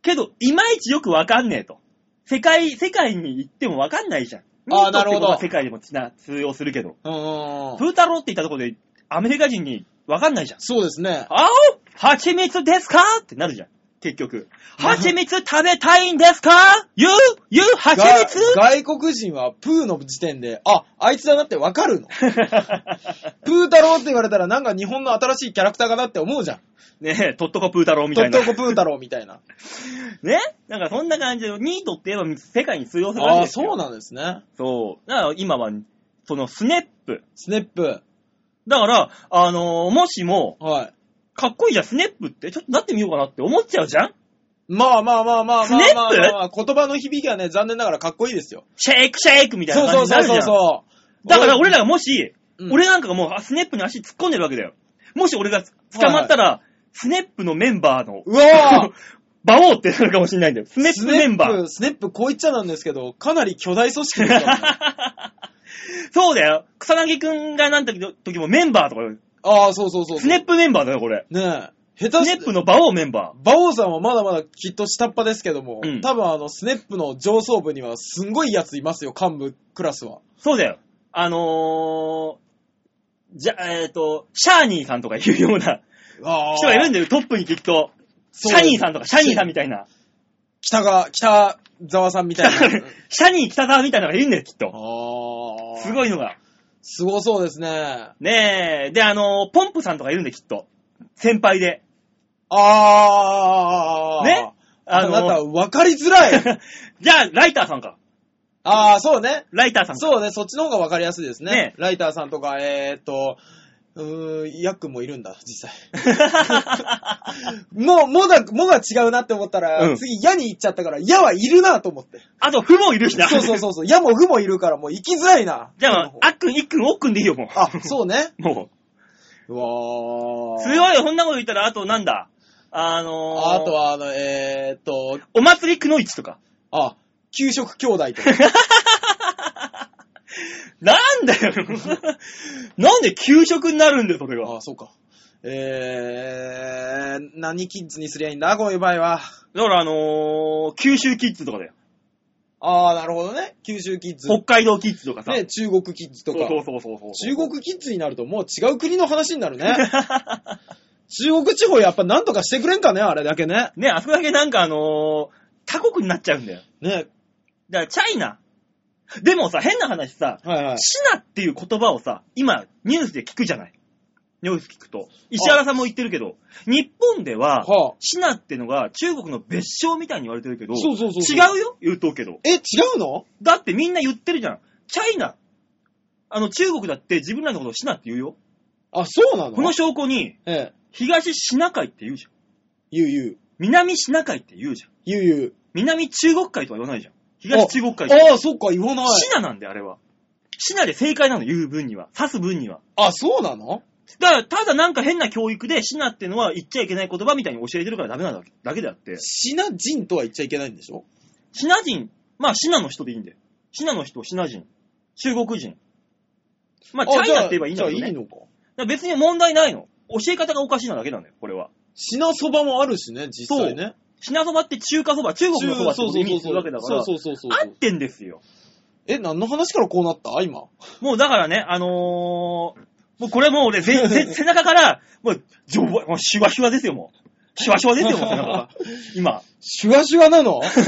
Speaker 1: けど、いまいちよくわかんねえと。世界、世界に行ってもわかんないじゃん。
Speaker 2: あーなるほど
Speaker 1: ニートってことは世界でもつな通用するけど。
Speaker 2: うーん
Speaker 1: プ。ータローって言ったところで、アメリカ人にわかんないじゃん。
Speaker 2: そうですね。
Speaker 1: 青蜂蜜ですかってなるじゃん。結局。蜂蜜食べたいんですかゆうゆう蜂
Speaker 2: が
Speaker 1: 蜜
Speaker 2: 外国人はプーの時点で、あ、あいつだなってわかるの。プー太郎って言われたらなんか日本の新しいキャラクターかなって思うじゃん。
Speaker 1: ねえ、とっとこプー太郎み
Speaker 2: と
Speaker 1: たい
Speaker 2: っ
Speaker 1: な
Speaker 2: と。こプー太郎みた いな。
Speaker 1: ねなんかそんな感じで、ニートって言えば世界に通用するわけ
Speaker 2: ああ、
Speaker 1: ですよ。
Speaker 2: そう
Speaker 1: な
Speaker 2: なんですね。
Speaker 1: そう。だから今は、そのスネップ。
Speaker 2: スネップ。
Speaker 1: だから、あのーもしも、
Speaker 2: はい。
Speaker 1: かっこいいじゃん、スネップって、ちょっとなってみようかなって思っちゃうじゃん
Speaker 2: まあまあまあまあまあ
Speaker 1: スネップ
Speaker 2: まあまあまあ言葉の響きはね、残念ながらかっこいいですよ。
Speaker 1: シェイクシェイクみたい
Speaker 2: そ
Speaker 1: な
Speaker 2: う
Speaker 1: 感じ
Speaker 2: そう
Speaker 1: にな
Speaker 2: そう
Speaker 1: るじゃ
Speaker 2: そ
Speaker 1: ん。
Speaker 2: うそう。
Speaker 1: だから俺らがもし、
Speaker 2: うん
Speaker 1: 俺なんかがもうあスネップに足突っ込んでるわけだよ。もし俺が捕まったら、スネップのメンバーの、
Speaker 2: うわぁ
Speaker 1: バオーってなるかもしれないんだよ。スネップ
Speaker 2: ス
Speaker 1: メ
Speaker 2: ネ
Speaker 1: ン
Speaker 2: ッ
Speaker 1: バー。
Speaker 2: プ、スネップこう言っちゃなんですけど、かなり巨大組織で すからね
Speaker 1: そうだよ。草薙くんがなんた時もメンバーとかよ、
Speaker 2: ああ、そうそうそうそう。
Speaker 1: スネップメンバーだよ、これ。
Speaker 2: ねえ。下
Speaker 1: ス
Speaker 2: 手
Speaker 1: ネ
Speaker 2: し
Speaker 1: ップのバオーメンバー。
Speaker 2: 馬王さんはまだまだきっと下っ端ですけども、
Speaker 1: うん
Speaker 2: 多分あの、スネップの上層部にはすんごいやついますよ、幹部クラスは。
Speaker 1: そうだよ。あのー、じゃ、えっ、と、シャーニーさんとかいうような
Speaker 2: あ
Speaker 1: 人がいるん
Speaker 2: で
Speaker 1: だよ、トップにきっと。シ
Speaker 2: そう
Speaker 1: ャニーさんとか、シャニーさんみたいな。
Speaker 2: 北が、北沢さんみ たいな。
Speaker 1: シャニー北沢みたいなのがいるんだよ、きっと。
Speaker 2: ああ。
Speaker 1: す
Speaker 2: い。
Speaker 1: ごいのが。
Speaker 2: すごそうですね。
Speaker 1: ねえ。で、あの、ポンプさんとかいるんで、きっと。先輩で。
Speaker 2: ああ。
Speaker 1: ねあ
Speaker 2: あ
Speaker 1: の
Speaker 2: なた、分かりづらい。
Speaker 1: じゃあ、ライターさんか。
Speaker 2: ああ、そうね。
Speaker 1: ライターさんか。
Speaker 2: そうね、そっちの方が分かりやすいですね。
Speaker 1: ね
Speaker 2: ライターさんとか、えーっと、うーん、ヤックンもいるんだ、実際。 もう、もが、もが違うなって思ったら、
Speaker 1: うん
Speaker 2: 次、矢に行っちゃったから、矢はいるなと思って。
Speaker 1: あと、フもいるしな。
Speaker 2: そうそう
Speaker 1: う。
Speaker 2: そうそう。矢も具もいるから、もう行きづらいな。
Speaker 1: じゃあ、あっくん、いっくん、おっくんでいいよ、もう。
Speaker 2: あ、そうね。
Speaker 1: も
Speaker 2: うわ
Speaker 1: う。
Speaker 2: ー
Speaker 1: 強いよ、そんなこと言ったら、あと、なんだ。あのー、
Speaker 2: あと、は、あの、えー、っと、
Speaker 1: お祭りくのいちとか。
Speaker 2: あ、給食兄弟と か。
Speaker 1: なんだ よ。なんで給食になるんだよ、それが。
Speaker 2: あ、そうか。えー、何キッズにすりゃいいんだ、こういう場合は。
Speaker 1: だから、あのー、九州キッズとかだよ。
Speaker 2: あー、なるほどね。九州キッズ。
Speaker 1: 北海道キッズとかさ。
Speaker 2: ね、中国キッズとか。
Speaker 1: そうそうそうそう。
Speaker 2: 中国キッズになるともう違う国の話になるね。 中国地方やっぱなんとかしてくれんかね、あれだけね。
Speaker 1: ね、あそこだけなんかあのー他国になっちゃうんだよ。
Speaker 2: ね、
Speaker 1: だから、チャイナ。でもさ、変な話さ、
Speaker 2: はいはい。
Speaker 1: シナっていう言葉をさ、今、ニュースで聞くじゃない。ニュース聞くと。石原さんも言ってるけど、日本では、
Speaker 2: はあ
Speaker 1: シナってのが中国の別称みたいに言われてるけど、
Speaker 2: そうそうそうそう
Speaker 1: 違うよ言うとくけど。
Speaker 2: え、違うの
Speaker 1: だってみんな言ってるじゃん。チャイナ。あの、中国だって自分らのことをシナって言うよ。
Speaker 2: あ、そうなの
Speaker 1: この証拠に、
Speaker 2: ええ、
Speaker 1: 東シナ海って言うじゃん。
Speaker 2: ゆうゆう。
Speaker 1: 南シナ海って言うじゃん。
Speaker 2: ゆうゆう。
Speaker 1: 南中国海とは言わないじゃん。東中国海って
Speaker 2: ああ、そっか、言わない。
Speaker 1: シナなんで、あれは。シナで正解なの、言う分には。指す分には。
Speaker 2: あ、そうなの
Speaker 1: だから、ただなんか変な教育で、シナってのは言っちゃいけない言葉みたいに教えてるからダメなだけだけであって、
Speaker 2: シナ人とは言っちゃいけないんでしょ
Speaker 1: シナ人、まあシナの人でいいんで。シナの人、シナ人、中国人。まあ、チャイナって言えばいいんだけ
Speaker 2: じ
Speaker 1: ど、
Speaker 2: ゃあいい
Speaker 1: ね。だか
Speaker 2: のか。
Speaker 1: ら別に問題ないの。教え方がおかしいなだけなんだよ、これは。
Speaker 2: シナそばもあるしね、実際ね。
Speaker 1: シナそばって中華そば、中国のそばって
Speaker 2: そ
Speaker 1: こと
Speaker 2: うそ
Speaker 1: を
Speaker 2: う
Speaker 1: 意
Speaker 2: そ
Speaker 1: 味
Speaker 2: う
Speaker 1: する
Speaker 2: そ
Speaker 1: わけだ
Speaker 2: う。
Speaker 1: か
Speaker 2: そ
Speaker 1: ら
Speaker 2: う、そうそうそう
Speaker 1: 合ってんですよ。
Speaker 2: え、何の話からこうなった今。
Speaker 1: もうだからね、あのー、もうこれもう俺、ぜぜ背中から、もう、じょぼ、もうシュワシュワですよ、もう。シュワシュワです よ、もう背中が。今。
Speaker 2: シュワシュワな のシ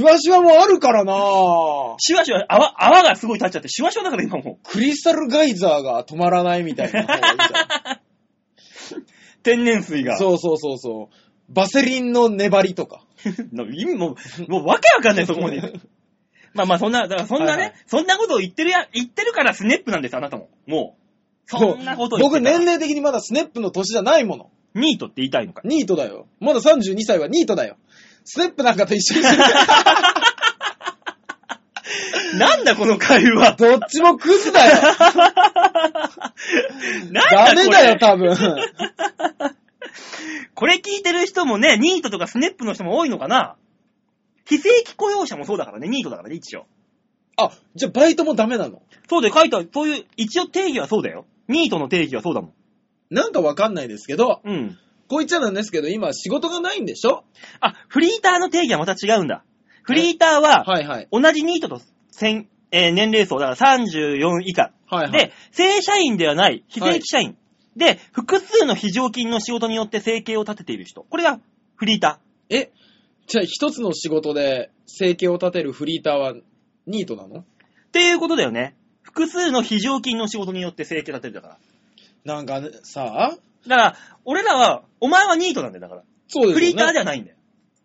Speaker 2: ュワシュワもあるからなぁ。
Speaker 1: シュワシュワ、泡、泡がすごい立っちゃって、シュワシュワだから今も
Speaker 2: クリスタルガイザーが止まらないみたいな 方がいいんじ
Speaker 1: う、天然水
Speaker 2: ゃ
Speaker 1: が。
Speaker 2: んそうそうそうそう。バセリンの粘りとか。
Speaker 1: なんか意味もう、もうわけわかんない、そこまで。まあまあ、そんな、だからそんなね、
Speaker 2: はいはい
Speaker 1: そんなことを言ってるや、言ってるからスネップなんです、あなたも。もう。そんなことを言って
Speaker 2: 僕
Speaker 1: たら
Speaker 2: 年齢的にまだスネップの年じゃないもの。
Speaker 1: ニートって言いたいのか。
Speaker 2: ニートだよ。まだ32歳はニートだよ。スネップなんかと一緒にする。
Speaker 1: なんだ、この会話。
Speaker 2: どっちもクズだよ。
Speaker 1: なん
Speaker 2: ダメ
Speaker 1: こ
Speaker 2: だ
Speaker 1: れ
Speaker 2: よ、多分。
Speaker 1: これ聞いてる人もね、ニートとかスネップの人も多いのかな非正規雇用者もそうだからね、ニートだからね、一応。
Speaker 2: あ、じゃあバイトもダメなの。
Speaker 1: そうで書いてある、そういう、一応定義はそうだよ。ニートの定義はそうだもん。
Speaker 2: なんかわかんないですけど、
Speaker 1: うん。
Speaker 2: こう言っちゃなんですけど、今仕事がないんでしょ
Speaker 1: あ、フリーターの定義はまた違うんだ。フリーターは、
Speaker 2: はいはい。
Speaker 1: 同じニートとせん、えー年齢層、だから34以下。
Speaker 2: はいはい。
Speaker 1: で、正社員ではない、非正規社員。で、複数の非常勤の仕事によって生計を立てている人。これがフリーター。
Speaker 2: え、じゃあ一つの仕事で生計を立てるフリーターはニートなの
Speaker 1: っていうことだよね。複数の非常勤の仕事によって生計立てるだから。
Speaker 2: なんかねさあ、
Speaker 1: だから、俺らは、お前はニートなんだよ、だから。
Speaker 2: そうです
Speaker 1: フ
Speaker 2: よね。
Speaker 1: リーターではないんだよ。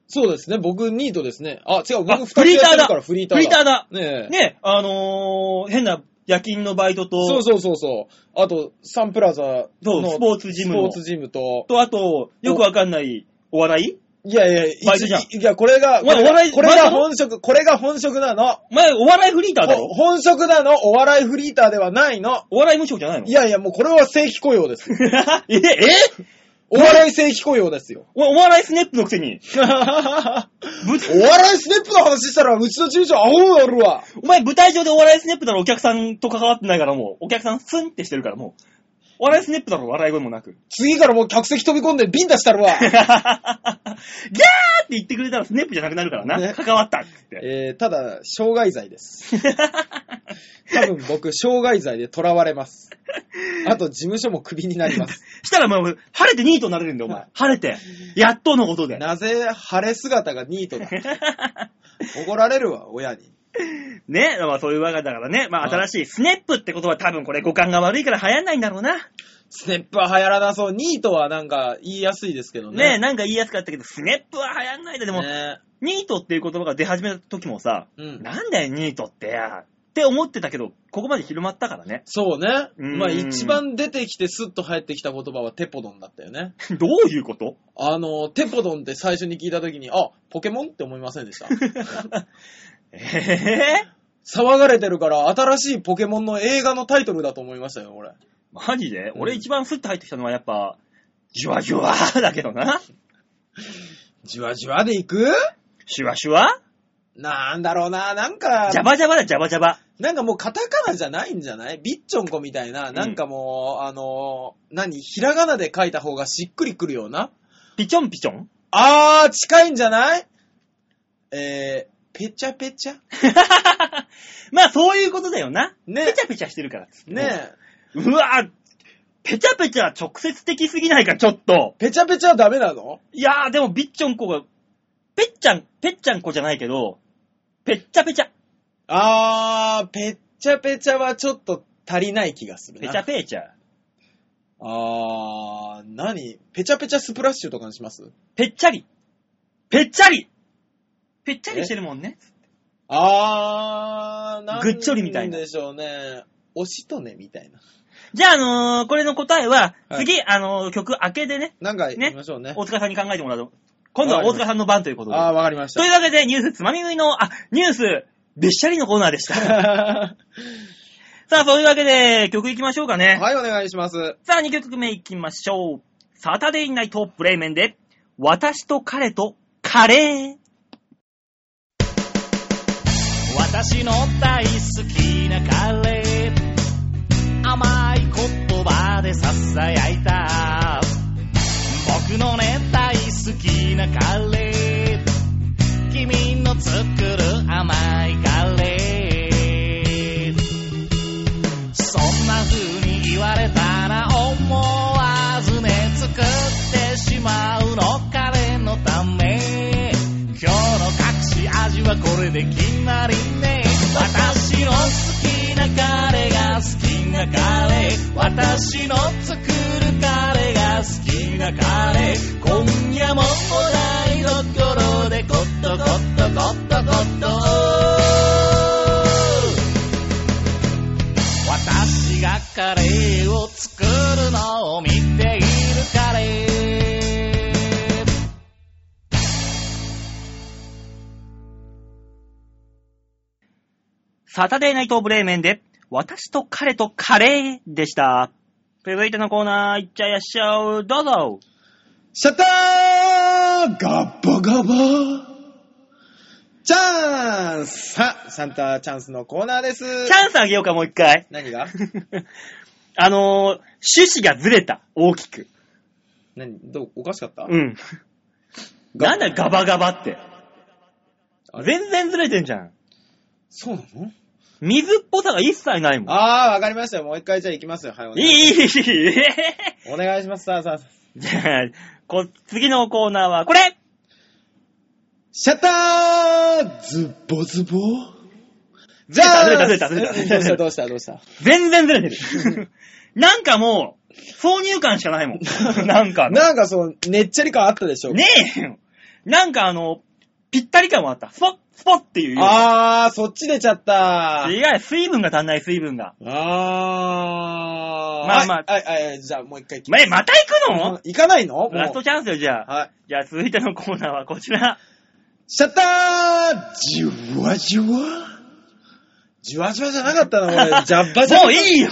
Speaker 2: そうですね。僕ニートですね。あ、違う、
Speaker 1: あ
Speaker 2: 僕二つやってるからフリーター
Speaker 1: フリーター
Speaker 2: だ。
Speaker 1: だ。
Speaker 2: ねえ。
Speaker 1: ね、あのー、変な夜勤のバイトと、
Speaker 2: そうそうそうそう。あと、サンプラザ
Speaker 1: そう
Speaker 2: の
Speaker 1: スポーツジム
Speaker 2: スポ
Speaker 1: の
Speaker 2: ーツジムと、
Speaker 1: とあと、よくわかんないお笑い
Speaker 2: いやいや、一
Speaker 1: バイトじゃん
Speaker 2: いや、これが、
Speaker 1: お
Speaker 2: これ
Speaker 1: 前お笑い
Speaker 2: がこれが
Speaker 1: お前
Speaker 2: 本職、これが本職なの。
Speaker 1: お前、お笑いフリーターだろ
Speaker 2: ほ本職なの、お笑いフリーターではないの。
Speaker 1: お笑い無償じゃないの
Speaker 2: いやいや、もうこれは正規雇用ですよ。
Speaker 1: え、え
Speaker 2: お笑い正規雇用ですよ。
Speaker 1: おお笑いスネップのくせ に、
Speaker 2: お笑
Speaker 1: ぶ
Speaker 2: いスネップの話したら、うちの事務所アホやるわ。
Speaker 1: お前舞台上でお笑いスネップだろお客さんと関わってないからもう、お客さんスンってしてるからもう、お笑いスネップだろ笑い声もなく。
Speaker 2: 次からもう客席飛び込んでビンタした るわ。
Speaker 1: ギャーって言ってくれたらスネップじゃなくなるからな。
Speaker 2: ね
Speaker 1: 関わったっつって。
Speaker 2: えー、ただ、傷害罪です。多分僕、傷害罪で囚われます。あと、事務所もクビになります。
Speaker 1: したらもう、晴れてニートになれるんだよ、お前。晴れて。やっとのことで。
Speaker 2: なぜ、晴れ姿がニー トだ怒られるわ、親に。
Speaker 1: ね、まあそういうわけだからね。まあ
Speaker 2: はい
Speaker 1: 新しい、スネップってことは多分これ五感が悪いから流行んないんだろうな。
Speaker 2: スネップは流行らなそう。ニートはなんか言いやすいですけど
Speaker 1: ね
Speaker 2: ね。
Speaker 1: なんか言いやすかったけど、スネップは流行んないだ。でも、
Speaker 2: ね
Speaker 1: ニートっていう言葉が出始めた時もさ、
Speaker 2: うん
Speaker 1: なんだよニートってや。って思ってたけど、ここまで広まったからね。
Speaker 2: そうね。
Speaker 1: うん
Speaker 2: まあ一番出てきてスッと入ってきた言葉はテポドンだったよね。
Speaker 1: どういうこと
Speaker 2: あの、テポドンって最初に聞いた時に、あ、ポケモンって思いません でした。
Speaker 1: ええ
Speaker 2: 騒がれてるから新しいポケモンの映画のタイトルだと思いましたよ、俺。
Speaker 1: マジで、
Speaker 2: うん
Speaker 1: 俺一番スッと入ってきたのはやっぱ、ジュワジュワだけどな。
Speaker 2: じわじわでいく
Speaker 1: シュワシュワ
Speaker 2: なんだろうな、なんか
Speaker 1: ジ、ャバジャバだ、ジャバジャバ。
Speaker 2: なんかもうカタカナじゃないんじゃないビッチョンコみたいな、なんかもう、あの、何ひらがなで書いた方がしっくりくるような。
Speaker 1: ピチョンピチョン
Speaker 2: あー、近いんじゃないえー、ぺちゃぺちゃ
Speaker 1: まあそういうことだよな。
Speaker 2: ね
Speaker 1: ペチャペチャしてるからっつって。
Speaker 2: ねえ。
Speaker 1: うわペチャペチャは直接的すぎないか、ちょっと。
Speaker 2: ぺちゃぺちゃはダメなの
Speaker 1: いやー、でもビッチョン子が、ペッチャン、ペッチャン子じゃないけど、ペッチャペチャ。
Speaker 2: あー、ぺっちゃぺちゃはちょっと足りない気がする
Speaker 1: ペ
Speaker 2: な。
Speaker 1: チャペチャ。
Speaker 2: あー、何ぺちゃぺちゃスプラッシュとかにします
Speaker 1: ペッチャリ。ペッチャリペッチャリしてるもんね。
Speaker 2: あー、なん
Speaker 1: ぐっちょりみたいな
Speaker 2: でしょうね。おしとねみたいな。
Speaker 1: じゃあ、あのーこれの答えは、
Speaker 2: はい
Speaker 1: 次、あのー曲明けでね、
Speaker 2: なんか
Speaker 1: ね
Speaker 2: 言いましょうね。
Speaker 1: 大塚さんに考えてもらうと。今度は大塚さんの番ということで。
Speaker 2: あー、わかりまし
Speaker 1: とい
Speaker 2: た。
Speaker 1: うわけで、ニュースつまみ食いの、あ、ニュース、べっしゃりのコーナーでし た。
Speaker 2: は
Speaker 1: さあ、そういうわけで、曲いきましょうかね。
Speaker 2: い、お願いします。
Speaker 1: さあ、2曲目いきましょう。サタデーナイトブレイメンで、私と彼とカレー。
Speaker 3: 私の大好きなカレー甘い言葉で囁いた僕のね大好きなカレー君の作る甘いカレーそんな風に言われたら思わずね作ってしまうのカレーのため今日の隠し味はこれで決まりね私の好きなカレーが好きなカレー私の作るカレーが好きなカレー今夜もお台所でコットコットコットコット私がカレーを作るのを見ているカレー
Speaker 1: サタデーナイトブレイメンで、私と彼とカレーでした。続いてのコーナー、いっちゃいらっしゃい。どうぞ。
Speaker 2: シャッターガッバガバチャンスさあ、サンタチャンスのコーナーです。
Speaker 1: チャンスあげようか、もう一回。
Speaker 2: 何が
Speaker 1: あのー、趣旨がずれた。大きく。
Speaker 2: 何どうおかしかった
Speaker 1: うん。なんだよガバガバって。全然ずれてんじゃん。
Speaker 2: そうなの
Speaker 1: 水っぽさが一切ないもん。
Speaker 2: あー、わかりましたよ。もう一回じゃあ行きますよ。はい、お
Speaker 1: いい、
Speaker 2: 願い
Speaker 1: いい、いい、いい。
Speaker 2: お願いします。さあさあ。
Speaker 1: じゃあ、こ、次のコーナーはこれ
Speaker 2: シャッターズボズボじゃあ
Speaker 1: ずれたずれたずれたずれた
Speaker 2: どうしたどうしたどうし
Speaker 1: 全然ずれて る。なんかもう、挿入感しかないも ん。なんか
Speaker 2: た。なんかその、ねっちゃり感あったでしょうか
Speaker 1: ねえよ。なんかあの、ぴったり感もあった。スポッ、スポッっていうより。
Speaker 2: あー、そっち出ちゃった。
Speaker 1: 違う、水分が足んない、水分が。
Speaker 2: あー。ま
Speaker 1: まあま
Speaker 2: あ。はい、はいはい、じゃあもう一回聞
Speaker 1: まえ、また行くの
Speaker 2: 行かないのもう
Speaker 1: ラストチャンスよ、じゃあ。
Speaker 2: はい。
Speaker 1: じゃあ、続いてのコーナーはこちら。
Speaker 2: シャッターじゅわじゅわじゅわじゅわじゃなかった な、俺。ジャッバジャッバ。
Speaker 1: もういいよ。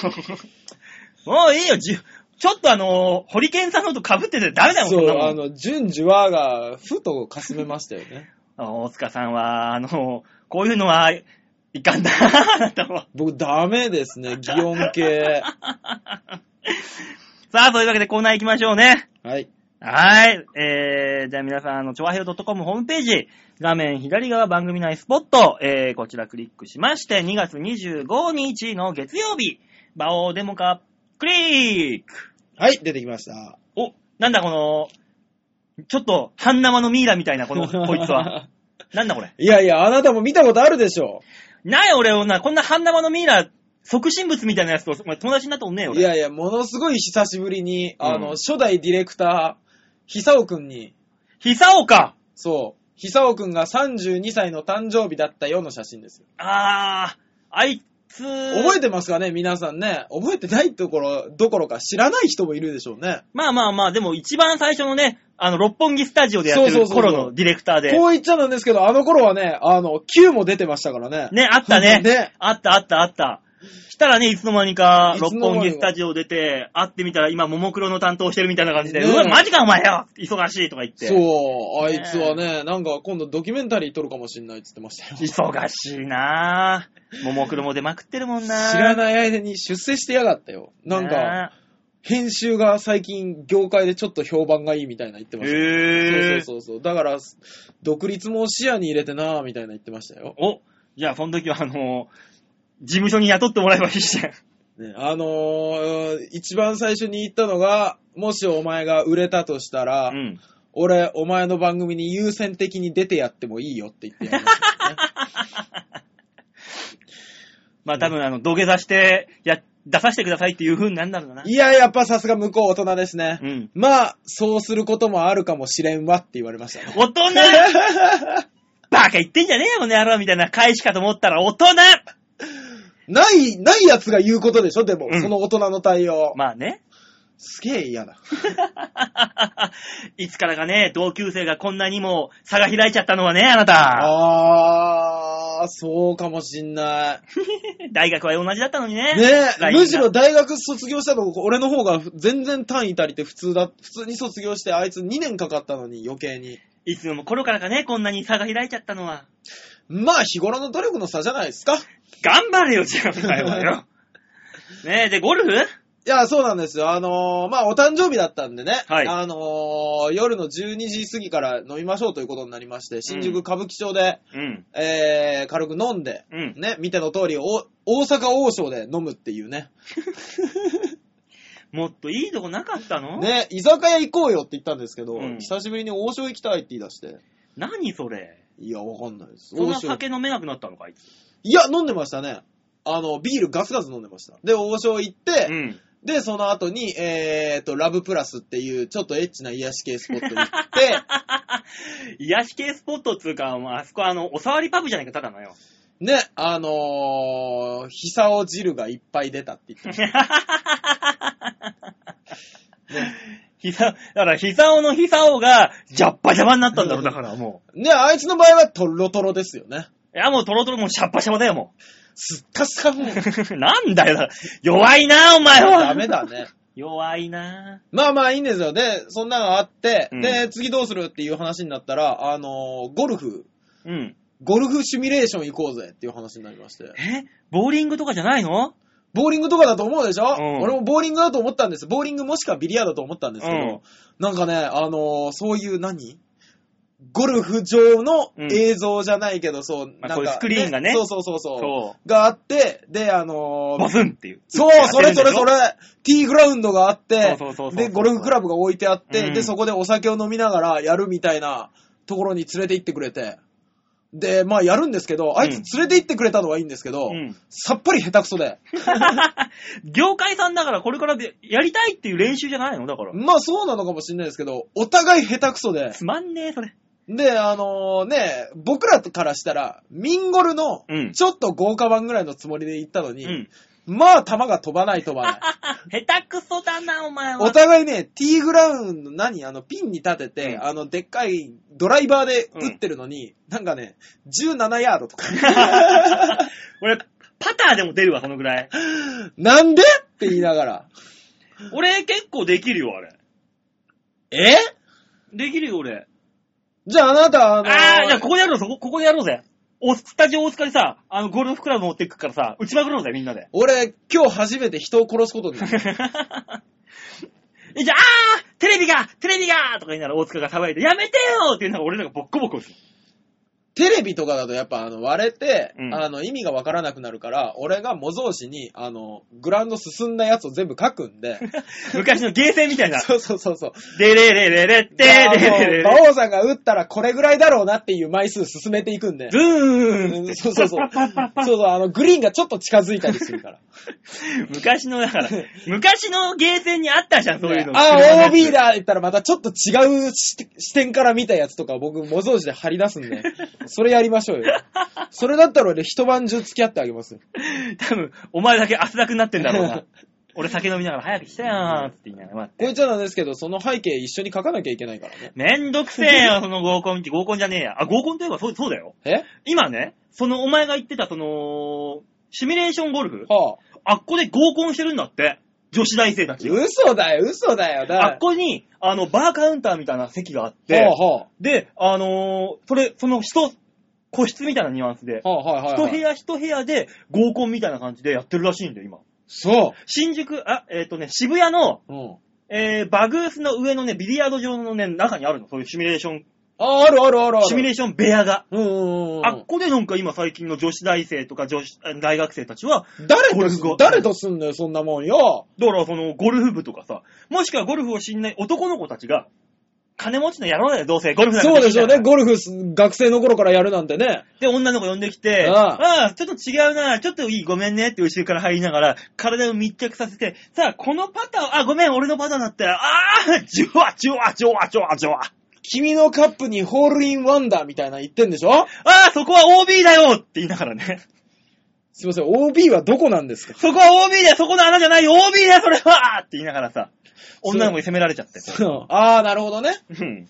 Speaker 1: もういいよ、じゅちょっとあの、ホリケンさんのと被っててダメだもん、
Speaker 2: そ
Speaker 1: んな
Speaker 2: う、
Speaker 1: もん
Speaker 2: あの、じゅんじゅわが、ふとかすめましたよね。
Speaker 1: あの大塚さんは、あの、こういうのは、いかんな、あなたは。
Speaker 2: 僕、ダメです ね、擬音系。
Speaker 1: さあ、というわけでコーナー行きましょうね。
Speaker 2: はい。
Speaker 1: はい。えー、じゃあ皆さん、あの、ちょわへよ .com ホームページ、画面左側番組内スポット、えー、こちらクリックしまして、2月25日の月曜日、バオデモカ、クリック
Speaker 2: はい、出てきました。
Speaker 1: お、なんだこの、ちょっと、半生のミイラみたいな、 この、こいつは。。なんだこれ。
Speaker 2: いやいや、あなたも見たことあるでしょ。
Speaker 1: ない俺をな、こんな半生のミイラ、即身仏みたいなやつと、お前友達になったことねえよ、
Speaker 2: い
Speaker 1: 俺。
Speaker 2: やいや、ものすごい久しぶりに、あ
Speaker 1: う
Speaker 2: の、
Speaker 1: ん
Speaker 2: 初代ディレクター、久尾くんに、
Speaker 1: 久岡
Speaker 2: そう、久尾くんが32歳の誕生日だったよの写真ですよ。
Speaker 1: あー、あいつ、
Speaker 2: 覚えてますかね、皆さんね。覚えてないところ、どころか知らない人もいるでしょうね。
Speaker 1: まあまあまあ、でも一番最初のね、あの、六本木スタジオでやって
Speaker 2: そう
Speaker 1: る
Speaker 2: そうそうそう
Speaker 1: 頃のディレクターで。
Speaker 2: こう言っちゃなんですけど、あの頃はね、あの、Q も出てましたからね。。
Speaker 1: ね、あったね
Speaker 2: ね。
Speaker 1: あったあったあった。したらね、いつの間にか、
Speaker 2: いつ
Speaker 1: 六
Speaker 2: の間にか
Speaker 1: 本木スタジオ出て、会ってみたら今、ももクロの担当してるみたいな感じで、
Speaker 2: ねえ
Speaker 1: うわ、マジかお前よ忙しいとか言って。
Speaker 2: そう、あいつはね、なんか今度ドキュメンタリー撮るかもしんないって言ってましたよ。
Speaker 1: 忙しいなぁ。ももクロも出まくってるもんな
Speaker 2: 知ら
Speaker 1: い。
Speaker 2: ない間に出世してやがったよ。なんか、編集が最近業界でちょっと評判がいいみたいな言って
Speaker 1: ねえ。
Speaker 2: ましたよ。
Speaker 1: へぇー。
Speaker 2: そうそうそうそう。だから、独立も視野に入れてなぁ、みたいな言ってましたよ。
Speaker 1: お、じゃあ、その時は、あの事務所に雇ってもらえばいいじゃん。
Speaker 2: ね、あのー、一番最初に言ったのが、もしお前が売れたとしたら、
Speaker 1: うん。
Speaker 2: 俺、お前の番組に優先的に出てやってもいいよって言って やりましたよね
Speaker 1: まあ、多分、あの、土下座して、や、出させてくださいっていう風になんだろうな。
Speaker 2: いや、やっぱさすが向こう大人ですね。
Speaker 1: うん。
Speaker 2: まあ、そうすることもあるかもしれんわって言われましたね。
Speaker 1: 大人バカ言ってんじゃねえよ、この野郎みたいな返しかと思ったら、大人
Speaker 2: ない、ないやつが言うことでしょでも、
Speaker 1: うん
Speaker 2: その大人の対応。
Speaker 1: まあ ね。
Speaker 2: すげえ嫌だ。
Speaker 1: いつからかね、同級生がこんなにも差が開いちゃったのはね、あなた。
Speaker 2: あー、そうかもしんな
Speaker 1: 大学は同じだったのにね。
Speaker 2: い。ねえ、
Speaker 1: ラインが
Speaker 2: むしろ大学卒業したとこ、俺の方が全然単位足りて普通だ、普通に卒業してあいつ2年かかったのに余計に。
Speaker 1: いつも頃からかね、こんなに差が開いちゃったのは。
Speaker 2: まあ日頃の努力の差じゃないですか。い
Speaker 1: 頑張れよ、じゃあ、お前は よ。ねえ、で、ゴルフ
Speaker 2: や、そうなんですよ。あのーまあお誕生日だったんでね。
Speaker 1: はい
Speaker 2: あのー夜の12時過ぎから飲みましょうということになりまして、新宿歌舞伎町で、
Speaker 1: うん。
Speaker 2: えー、軽く飲んで、
Speaker 1: うん
Speaker 2: ね、見ての通り、お大阪王将で飲むっていうね。
Speaker 1: もっといいとこなかったの、
Speaker 2: ね、居酒屋行こうよって言ったんですけど、
Speaker 1: うん
Speaker 2: 久しぶりに王将行きたいって言い出して、
Speaker 1: 何それ。
Speaker 2: いや、わかんないです。
Speaker 1: そんな
Speaker 2: 王将
Speaker 1: 酒飲めなくなったのか、あいつ。
Speaker 2: いや、飲んでましたね。あの、ビールガツガツ飲んでました。で、王将行って、
Speaker 1: うん。
Speaker 2: で、その後に、えーと、ラブプラスっていう、ちょっとエッチな癒し系スポットに行 って、
Speaker 1: 癒し系スポットっつうか、もうあそこあの、おさわりパブじゃないか、ただのよ。
Speaker 2: ね、あのー、ひさお汁がいっぱい出たって言ってまし
Speaker 1: 膝、だから、膝尾の膝尾が、ジャッパジャバになったんだろう、だからも
Speaker 2: た。ね、あいつの場合はトロトロですよね。
Speaker 1: う。いや、もうトロトロもうシャッパシャバだよ、も
Speaker 2: すっか すかもう。
Speaker 1: う。なんだよ、だから弱いな、お前は。
Speaker 2: ダメだね。
Speaker 1: 弱いな。
Speaker 2: まあまあいいんですよ。で、そんなのがあって、
Speaker 1: うん
Speaker 2: で、次どうするっていう話になったら、あのーゴルフ、
Speaker 1: うん。
Speaker 2: ゴルフシミュレーション行こうぜっていう話になりまして。
Speaker 1: えボーリングとかじゃないの
Speaker 2: ボーリングとかだと思うでしょ、
Speaker 1: うん
Speaker 2: 俺もボーリングだと思ったんです。ボーリングもしくはビリヤードだと思ったんですけど、
Speaker 1: うん
Speaker 2: なんかね、あのーそういう何ゴルフ場の映像じゃないけど、そう、
Speaker 1: まあ
Speaker 2: なんか、
Speaker 1: こういうスクリーンがね
Speaker 2: そうそうそうそう。
Speaker 1: そ
Speaker 2: があって、で、あのー
Speaker 1: ボスンっていう。
Speaker 2: そう、それそれそれ、T グラウンドがあって
Speaker 1: そうそうそうそう、
Speaker 2: で、ゴルフクラブが置いてあって、
Speaker 1: うん
Speaker 2: で、そこでお酒を飲みながらやるみたいなところに連れて行ってくれて、で、まあやるんですけど、あいつ連れて行ってくれたのはいいんですけど、
Speaker 1: うん
Speaker 2: さっぱり下手くそで。
Speaker 1: 業界さんだからこれからでやりたいっていう練習じゃないのだから。
Speaker 2: まあそうなのかもしれないですけど、お互い下手くそで。
Speaker 1: つまんねえ、それ。
Speaker 2: で、あのね、僕らからしたら、ミンゴルの
Speaker 1: うん、
Speaker 2: ちょっと豪華版ぐらいのつもりで行ったの
Speaker 1: う
Speaker 2: に、
Speaker 1: ん。
Speaker 2: まあ球が飛ばない飛ば ない。
Speaker 1: 下手くそだな、お前は。
Speaker 2: お互いね、T グラウンド何あの、ピンに立てて、
Speaker 1: うん
Speaker 2: あの、でっかいドライバーで打ってるのに、なんかね、17ヤードとか。
Speaker 1: 俺、パターでも出るわ、そのぐらい。
Speaker 2: なんでって言いながら。
Speaker 1: 俺結構できるよ、あれ。
Speaker 2: え
Speaker 1: できるよ、俺。
Speaker 2: じゃああなた、あ
Speaker 1: あ
Speaker 2: の
Speaker 1: あー、じゃあここでやろうぜ、ここここでやろうぜ。おスタジオ大塚にさ、あの、ゴルフクラブ持ってくからさ、打ちまくろうぜ、みんなで。
Speaker 2: 俺、今日初めて人を殺すことになる。
Speaker 1: えじゃあ、あーテレビがテレビがとか言いながら大塚が騒いで、やめてよって言うのが俺らがボッコボコでする。
Speaker 2: テレビとかだとやっぱあの割れて、
Speaker 1: うん
Speaker 2: あの意味がわからなくなるから、俺が模造紙に、あの、グラウンド進んだやつを全部書くんで、
Speaker 1: 昔のゲーセンみたいな。
Speaker 2: そうそうそうそう。
Speaker 1: でれれれれって、
Speaker 2: あ
Speaker 1: で
Speaker 2: の
Speaker 1: れれれ
Speaker 2: 馬王さんが打ったらこれぐらいだろうなっていう枚数進めていくんで
Speaker 1: ズ。ーン
Speaker 2: うんそうそうそう。そうそう、あの、グリーンがちょっと近づいたりするから。
Speaker 1: 昔の、だから、昔のゲーセンにあったじゃん、そういうの。
Speaker 2: あ、OB だって言ったらまたちょっと違う視視点から見たやつとか僕模造紙で貼り出すんで、それやりましょうよ。それだったら俺一晩中付き合ってあげますよ。
Speaker 1: 多分、お前だけ汗だくになってんだろうな。俺酒飲みながら早くしてよーって言いながら待っ
Speaker 2: こ
Speaker 1: て。
Speaker 2: いつはなんですけど、その背景一緒に書かなきゃいけないからね。
Speaker 1: めんどくせえよ、その合コンって。合コンじゃねえや。あ、合コンといえばそうそうだよ。
Speaker 2: え
Speaker 1: 今ね、そのお前が言ってた、その、シミュレーションゴルフ
Speaker 2: はあ。
Speaker 1: あっこで合コンしてるんだって。女子大生たちが。
Speaker 2: 嘘だよ、嘘だよ、だ
Speaker 1: あっこに、あの、バーカウンターみたいな席があって、
Speaker 2: はあは
Speaker 1: で、あのーそれ、その一、個室みたいなニュアンスで
Speaker 2: あ、、はあ、はいはい、
Speaker 1: 一
Speaker 2: はい。
Speaker 1: 部屋一部屋で合コンみたいな感じでやってるらしいんだよ、今。
Speaker 2: そ
Speaker 1: 新宿、あ、えっ、とね、渋谷の、
Speaker 2: う。うん。
Speaker 1: えー、バグースの上のね、ビリヤード場のね、中にあるの、そういうシミュレーション、
Speaker 2: あ、あるあるあるある。
Speaker 1: シミュレーション部屋が。
Speaker 2: うんうんうん。
Speaker 1: あっこでなんか今最近の女子大生とか女子、あ大学生たちは、
Speaker 2: 誰
Speaker 1: ゴルフ
Speaker 2: とす
Speaker 1: 後、
Speaker 2: 誰とすんのよ、そんなもんよ。
Speaker 1: だからそのゴルフ部とかさ、もしくはゴルフを知んない男の子たちが、金持ちの野郎だよ、どうせ。ゴルフなんか
Speaker 2: そうでしょう
Speaker 1: きな
Speaker 2: ね、
Speaker 1: い
Speaker 2: ゴルフす学生の頃からやるなんてね。
Speaker 1: で、女の子呼んできて、
Speaker 2: あ
Speaker 1: ああ、ちょっと違うな、ちょっといい、ごめんねって後ろから入りながら、体を密着させて、さあ、このパターン、あ、ごめん、俺のパターンだったよ。ああ、じゅわ、じゅわ、じゅわ、じゅわ、じゅわ。
Speaker 2: 君のカップにホールインワンダーみたいなの言ってんでしょ
Speaker 1: ああ、そこは OB だよって言いながらね。
Speaker 2: すいません、OB はどこなんですか
Speaker 1: そこは OB だよ、そこの穴じゃないよ、OB だよ、それはって言いながらさ、女の子に責められちゃって。
Speaker 2: ああ、なるほどね。
Speaker 1: うん。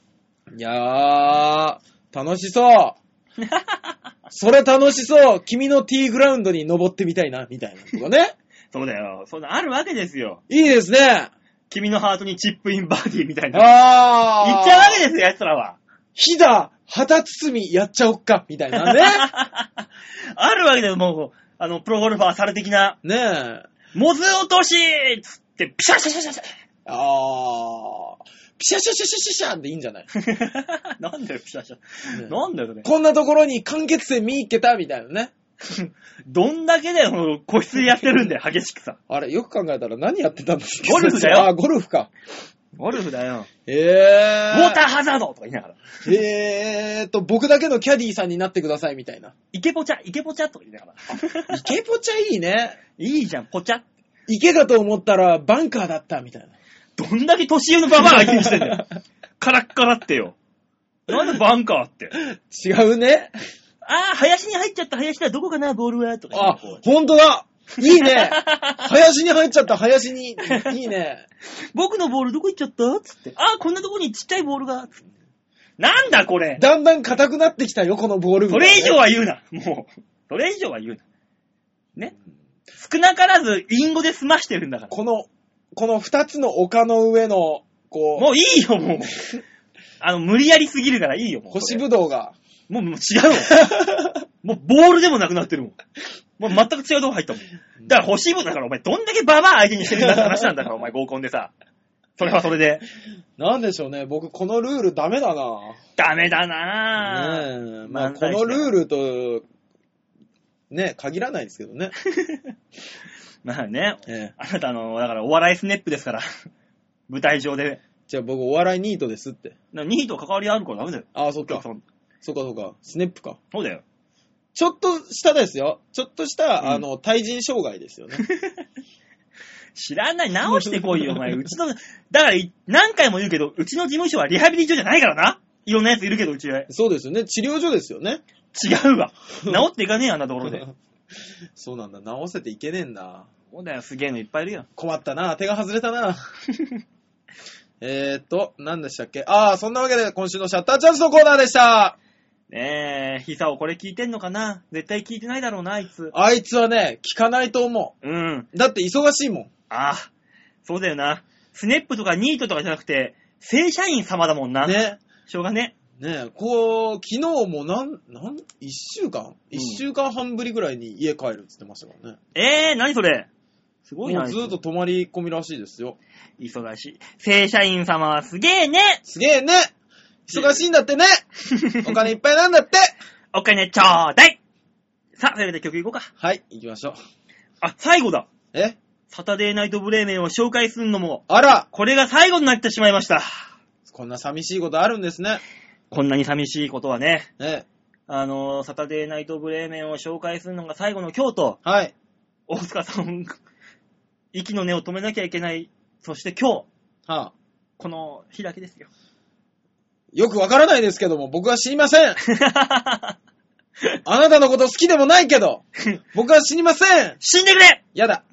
Speaker 2: いやー、楽しそう。 それ楽しそう。君の T グラウンドに登ってみたいな、みたいなとかね。
Speaker 1: そうだよ。そんなあるわけですよ。
Speaker 2: いいですね。
Speaker 1: 君のハートにチップインバーディーみたいな。
Speaker 2: あー。
Speaker 1: 言っちゃうわけですよ、奴らは。
Speaker 2: ひだ、旗包みやっちゃおっか、みたいな ね。
Speaker 1: あるわけだよ、もう、あの、プロゴルファーされ的な、
Speaker 2: ねえ。
Speaker 1: モズ落としつって、ピシャシャシャシャシ
Speaker 2: あー。ピシャシャシャシャシャシャンでいいんじゃない
Speaker 1: ャ。 なんだよ、ピシャシャ。なんだよ、それ。
Speaker 2: こんなところに間欠泉見いけた、みたいなね。
Speaker 1: どんだけだよ、もう個室でやってるんだよ、激しくさ。
Speaker 2: あれ、よく考えたら何やってたんですか
Speaker 1: ゴルフだよ
Speaker 2: あー、ゴルフか。
Speaker 1: ゴルフだよ。
Speaker 2: え
Speaker 1: ウ
Speaker 2: ー。
Speaker 1: ォーターハザードとか言いながら。
Speaker 2: えーと、僕だけのキャディーさんになってください、みたいな。
Speaker 1: イケポチャ、イケポチャとか言いながら。
Speaker 2: イケポチャいいね。
Speaker 1: いいじゃん、ポチャ。
Speaker 2: 池かと思ったらバンカーだったみたいな。
Speaker 1: どんだけ年上のババアが相手にしてんだ よ。カラッカラってよ。なんでバンカーって。
Speaker 2: 違うね。
Speaker 1: あー、林に入っちゃった、林だ、どこかな、ボールは、とか言いな
Speaker 2: あ
Speaker 1: がら。、
Speaker 2: ほんとだいいね林に入っちゃった、林に。いいね。
Speaker 1: 僕のボールどこ行っちゃったつって。あー、こんなとこにちっちゃいボールが。つってなんだこれ
Speaker 2: だんだん硬くなってきたよ、このボール、
Speaker 1: それ以上は言うな。もう。それ以上は言うな。ね。少なからず、インゴで済ましてるんだから。
Speaker 2: この、この二つの丘の上の、こ
Speaker 1: もういいよ、もう。あの、無理やりすぎるからいいよ、
Speaker 2: う、
Speaker 1: もう。
Speaker 2: 干し
Speaker 1: それ
Speaker 2: ぶどうが。
Speaker 1: もう、もう違う もん。もう、ボールでもなくなってるもん。もう全く違うとこ入ったもん。だから、欲しいもんだから、お前、どんだけババア相手にしてるんだって話なんだから、お前、合コンでさ。それはそれで。
Speaker 2: なんでしょうね、僕このルールダメだな
Speaker 1: ダメだなぁ。
Speaker 2: ねえまあ
Speaker 1: 漫
Speaker 2: こ
Speaker 1: 才師だ
Speaker 2: のルールと、ね、限らないですけどね。
Speaker 1: まあね。
Speaker 2: ええ
Speaker 1: あなたあの、だから、お笑いスネップですから。舞台上で
Speaker 2: じゃあ僕お笑いニートですって。
Speaker 1: なニーと関わりあるからダメだよ。
Speaker 2: ああ、そっ
Speaker 1: お客
Speaker 2: か
Speaker 1: さ。ん。
Speaker 2: そっかそっか。スネップか。
Speaker 1: そうだよ。
Speaker 2: ちょっとしたですよ。ちょっとした、
Speaker 1: うん
Speaker 2: あの、対人障害です よね。
Speaker 1: 知らない。直してこいよ、お 前。うちの、だからい、何回も言うけど、うちの事務所はリハビリ所じゃないからな。いろんなやついるけど、うちは。違
Speaker 2: そうですよね。治療所ですよね。
Speaker 1: う わ。治っていかねえよ、あんなところで。
Speaker 2: そうなんだ。治せていけねえんだ。
Speaker 1: そうだよ、すげえのいっぱいいるよ。
Speaker 2: 困ったな。手が外れ たな。えーっと、何でしたっけああ、そんなわけで今週のシャッターチャンスのコーナーでした。
Speaker 1: ねえ、ヒサオこれ聞いてんのかな絶対聞いてないだろうな、あいつ。
Speaker 2: あいつはね、聞かないと思
Speaker 1: うん。
Speaker 2: う。だって忙しいもん。
Speaker 1: ああ、そうだよな。スネップとかニートとかじゃなくて、正社員様だもんな。
Speaker 2: ね。
Speaker 1: しょうがね。
Speaker 2: ねえ、こう、昨日もなん、なん、一週間一週間半ぶりぐらいに家帰るって言ってましたからね。
Speaker 1: ええー、何それす
Speaker 2: も
Speaker 1: ごいな。
Speaker 2: うずーっと
Speaker 1: あ
Speaker 2: 泊まり込みらしいですよ。
Speaker 1: いつ忙しい。正社員様はすげえね
Speaker 2: すげえね忙しいんだってねお金いっぱいなんだって
Speaker 1: お金ちょうだいさあ、それでは曲いこうか。
Speaker 2: はい、行きましょう。
Speaker 1: あ、最後だ
Speaker 2: え
Speaker 1: サタデーナイトブレーメンを紹介するのも、
Speaker 2: あら
Speaker 1: これが最後になってしまいました。
Speaker 2: こんな寂しいことあるんですね。
Speaker 1: こんなに寂しいことはね。
Speaker 2: ね
Speaker 1: あのー、サタデーナイトブレーメンを紹介するのが最後の今日と、
Speaker 2: はい。
Speaker 1: 大塚さん、息の根を止めなきゃいけない。そして今日、
Speaker 2: はあ、
Speaker 1: この日だけですよ。
Speaker 2: よくわからないですけども、僕は知りませんあなたのこと好きでもないけど僕は知りません
Speaker 1: 死んでくれ
Speaker 2: やだ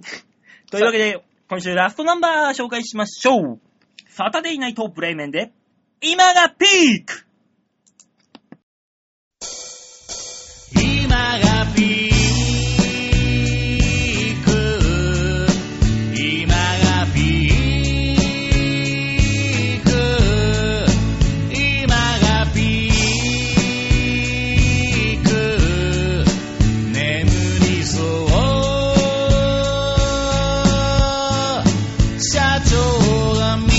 Speaker 1: というわけで、今週ラストナンバー紹介しましょう。サタデーナイトブレイメンで、今がピーク
Speaker 3: 今がピーク今がピーク今がピーク眠りそう社長が見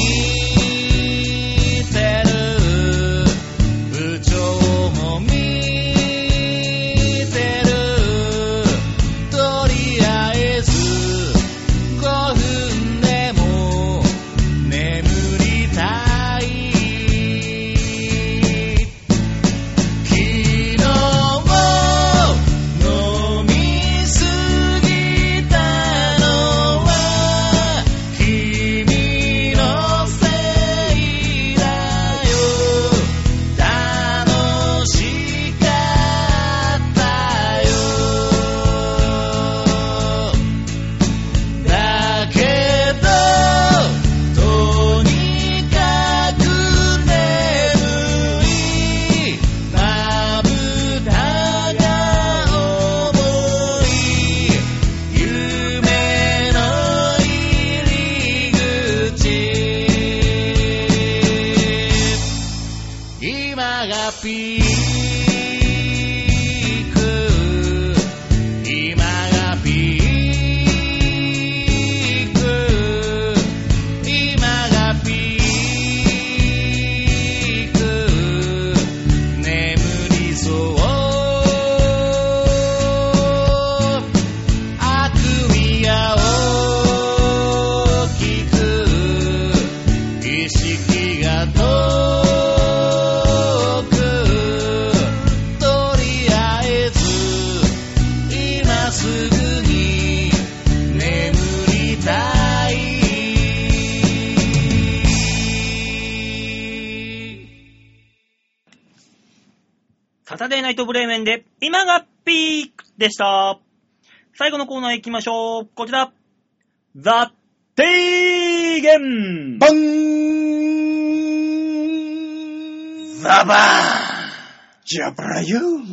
Speaker 3: てる部長も見てるとりあえず5分でも眠りたい昨日も飲みすぎたのは君のせいだよ楽しかったよだけどとにかく眠いまぶたが重い夢の入り口今がピーク今がピーク今がピーク眠りそうあくびが大きく意識が遠くとりあえず今すぐに眠りたい
Speaker 1: サタデーナイトブレイメンで、今がピークでした。最後のコーナー行きましょう。こちら。ザ・提言
Speaker 2: バン
Speaker 1: ザバ
Speaker 2: ジャブラユー
Speaker 1: ーン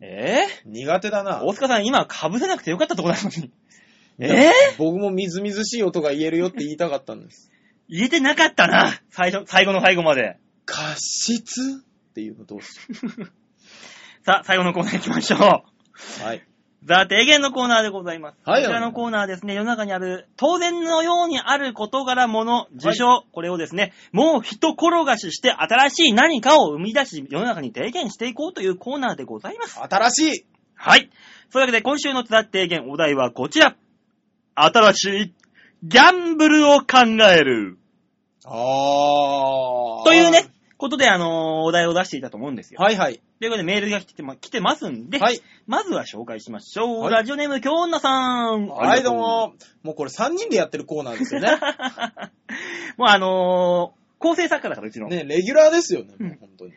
Speaker 1: え
Speaker 2: 苦手だ
Speaker 1: ー、
Speaker 2: な。
Speaker 1: 大塚さん、今、被せなくてよかったとこだのに。 えー、
Speaker 2: 僕もみずみずしい音が言えるよって言いたかったんです。
Speaker 1: 言えてなかったな。最初、最後の最後ま で。
Speaker 2: 過失っていうのどうす
Speaker 1: さあ、最後のコーナー行きましょう。
Speaker 2: るはい。
Speaker 1: ザ・提言のコーナーでございます。
Speaker 2: はい
Speaker 1: こちらのコーナーはですね、世の中にある、当然のようにある事柄物、事象、これをですね、もう一転がしして新しい何かを生み出し、世の中に提言していこうというコーナーでございます。
Speaker 2: 新しい
Speaker 1: はい。そういうわけで、今週のザ・提言、お題はこちら。新しい、ギャンブルを考える。
Speaker 2: あー。
Speaker 1: というね、ことで、あのーお題を出していたと思うんですよ。
Speaker 2: はいはい。
Speaker 1: ということで、メールが来てま来てますんで、
Speaker 2: はい。
Speaker 1: まずは紹介しましょう。
Speaker 2: はい
Speaker 1: ラジオネーム、京女さん。
Speaker 2: はい、どう。も。もうこれ3人でやってるコーナーですよね。
Speaker 1: もうあのー構成作家だから、うちの。
Speaker 2: ね、レギュラーですよね、もう本当に。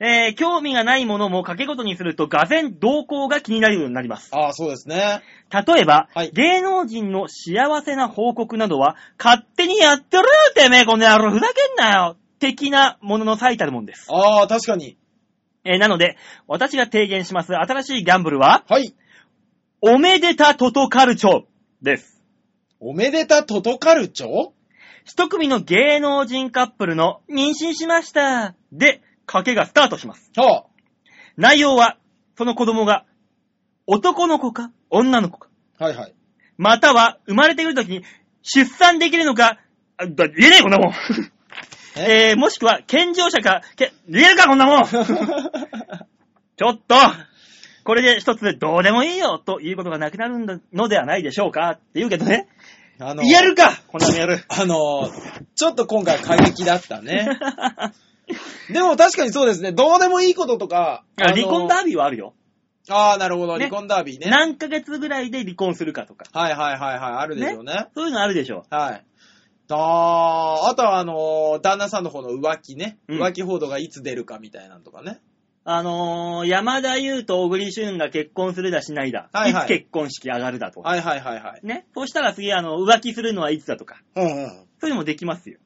Speaker 1: えー、興味がないものも掛け事にすると、がぜん動向が気になるようになります。
Speaker 2: ああ、そうですね。
Speaker 1: 例えば、
Speaker 2: はい
Speaker 1: 芸能人の幸せな報告などは、勝手にやってろよ、てめえ、この野郎、ふざけんなよ的なものの最たるもんです。
Speaker 2: ああ、確かに。
Speaker 1: えーなので、私が提言します新しいギャンブルは、
Speaker 2: はい。
Speaker 1: おめでたトトカルチョです。
Speaker 2: おめでたトトカルチョ
Speaker 1: 一組の芸能人カップルの妊娠しましたで、賭けがスタートします。
Speaker 2: は
Speaker 1: 内容は、その子供が、男の子か女の子か、
Speaker 2: あ。はい はい。
Speaker 1: または生まれてくるときに出産できるのか、あだ言えねえこんなもん。えー、もしくは健常者か、け言えるかこんなもんちょっとこれで一つでどうでもいいよということがなくなるんだのではないでしょうかって言うけどね。
Speaker 2: あの、
Speaker 1: 言えるかこんなのや る。
Speaker 2: あの、ちょっと今回過激だった ね。でも確かにそうですね。どうでもいいこととか。あの
Speaker 1: 離婚ダービーはあるよ。
Speaker 2: ああ、なるほど。
Speaker 1: ね
Speaker 2: 離婚ダービーね。
Speaker 1: 何ヶ月ぐらいで離婚するかとか。
Speaker 2: はいはいはいはい。あるでしょうね。
Speaker 1: そういうのあるでしょ。
Speaker 2: はい。あーあとはあのー旦那さんの方の浮気ね。
Speaker 1: うん
Speaker 2: 浮気報道がいつ出るかみたいなのとかね。
Speaker 1: あのー、山田優と小栗旬が結婚するだしないだ。
Speaker 2: はいはい
Speaker 1: つ結婚式上がるだとか。
Speaker 2: はいはいはいはい。
Speaker 1: ね。そうしたら次、あの、浮気するのはいつだとか。
Speaker 2: うんうん。
Speaker 1: そういうのもできますよ。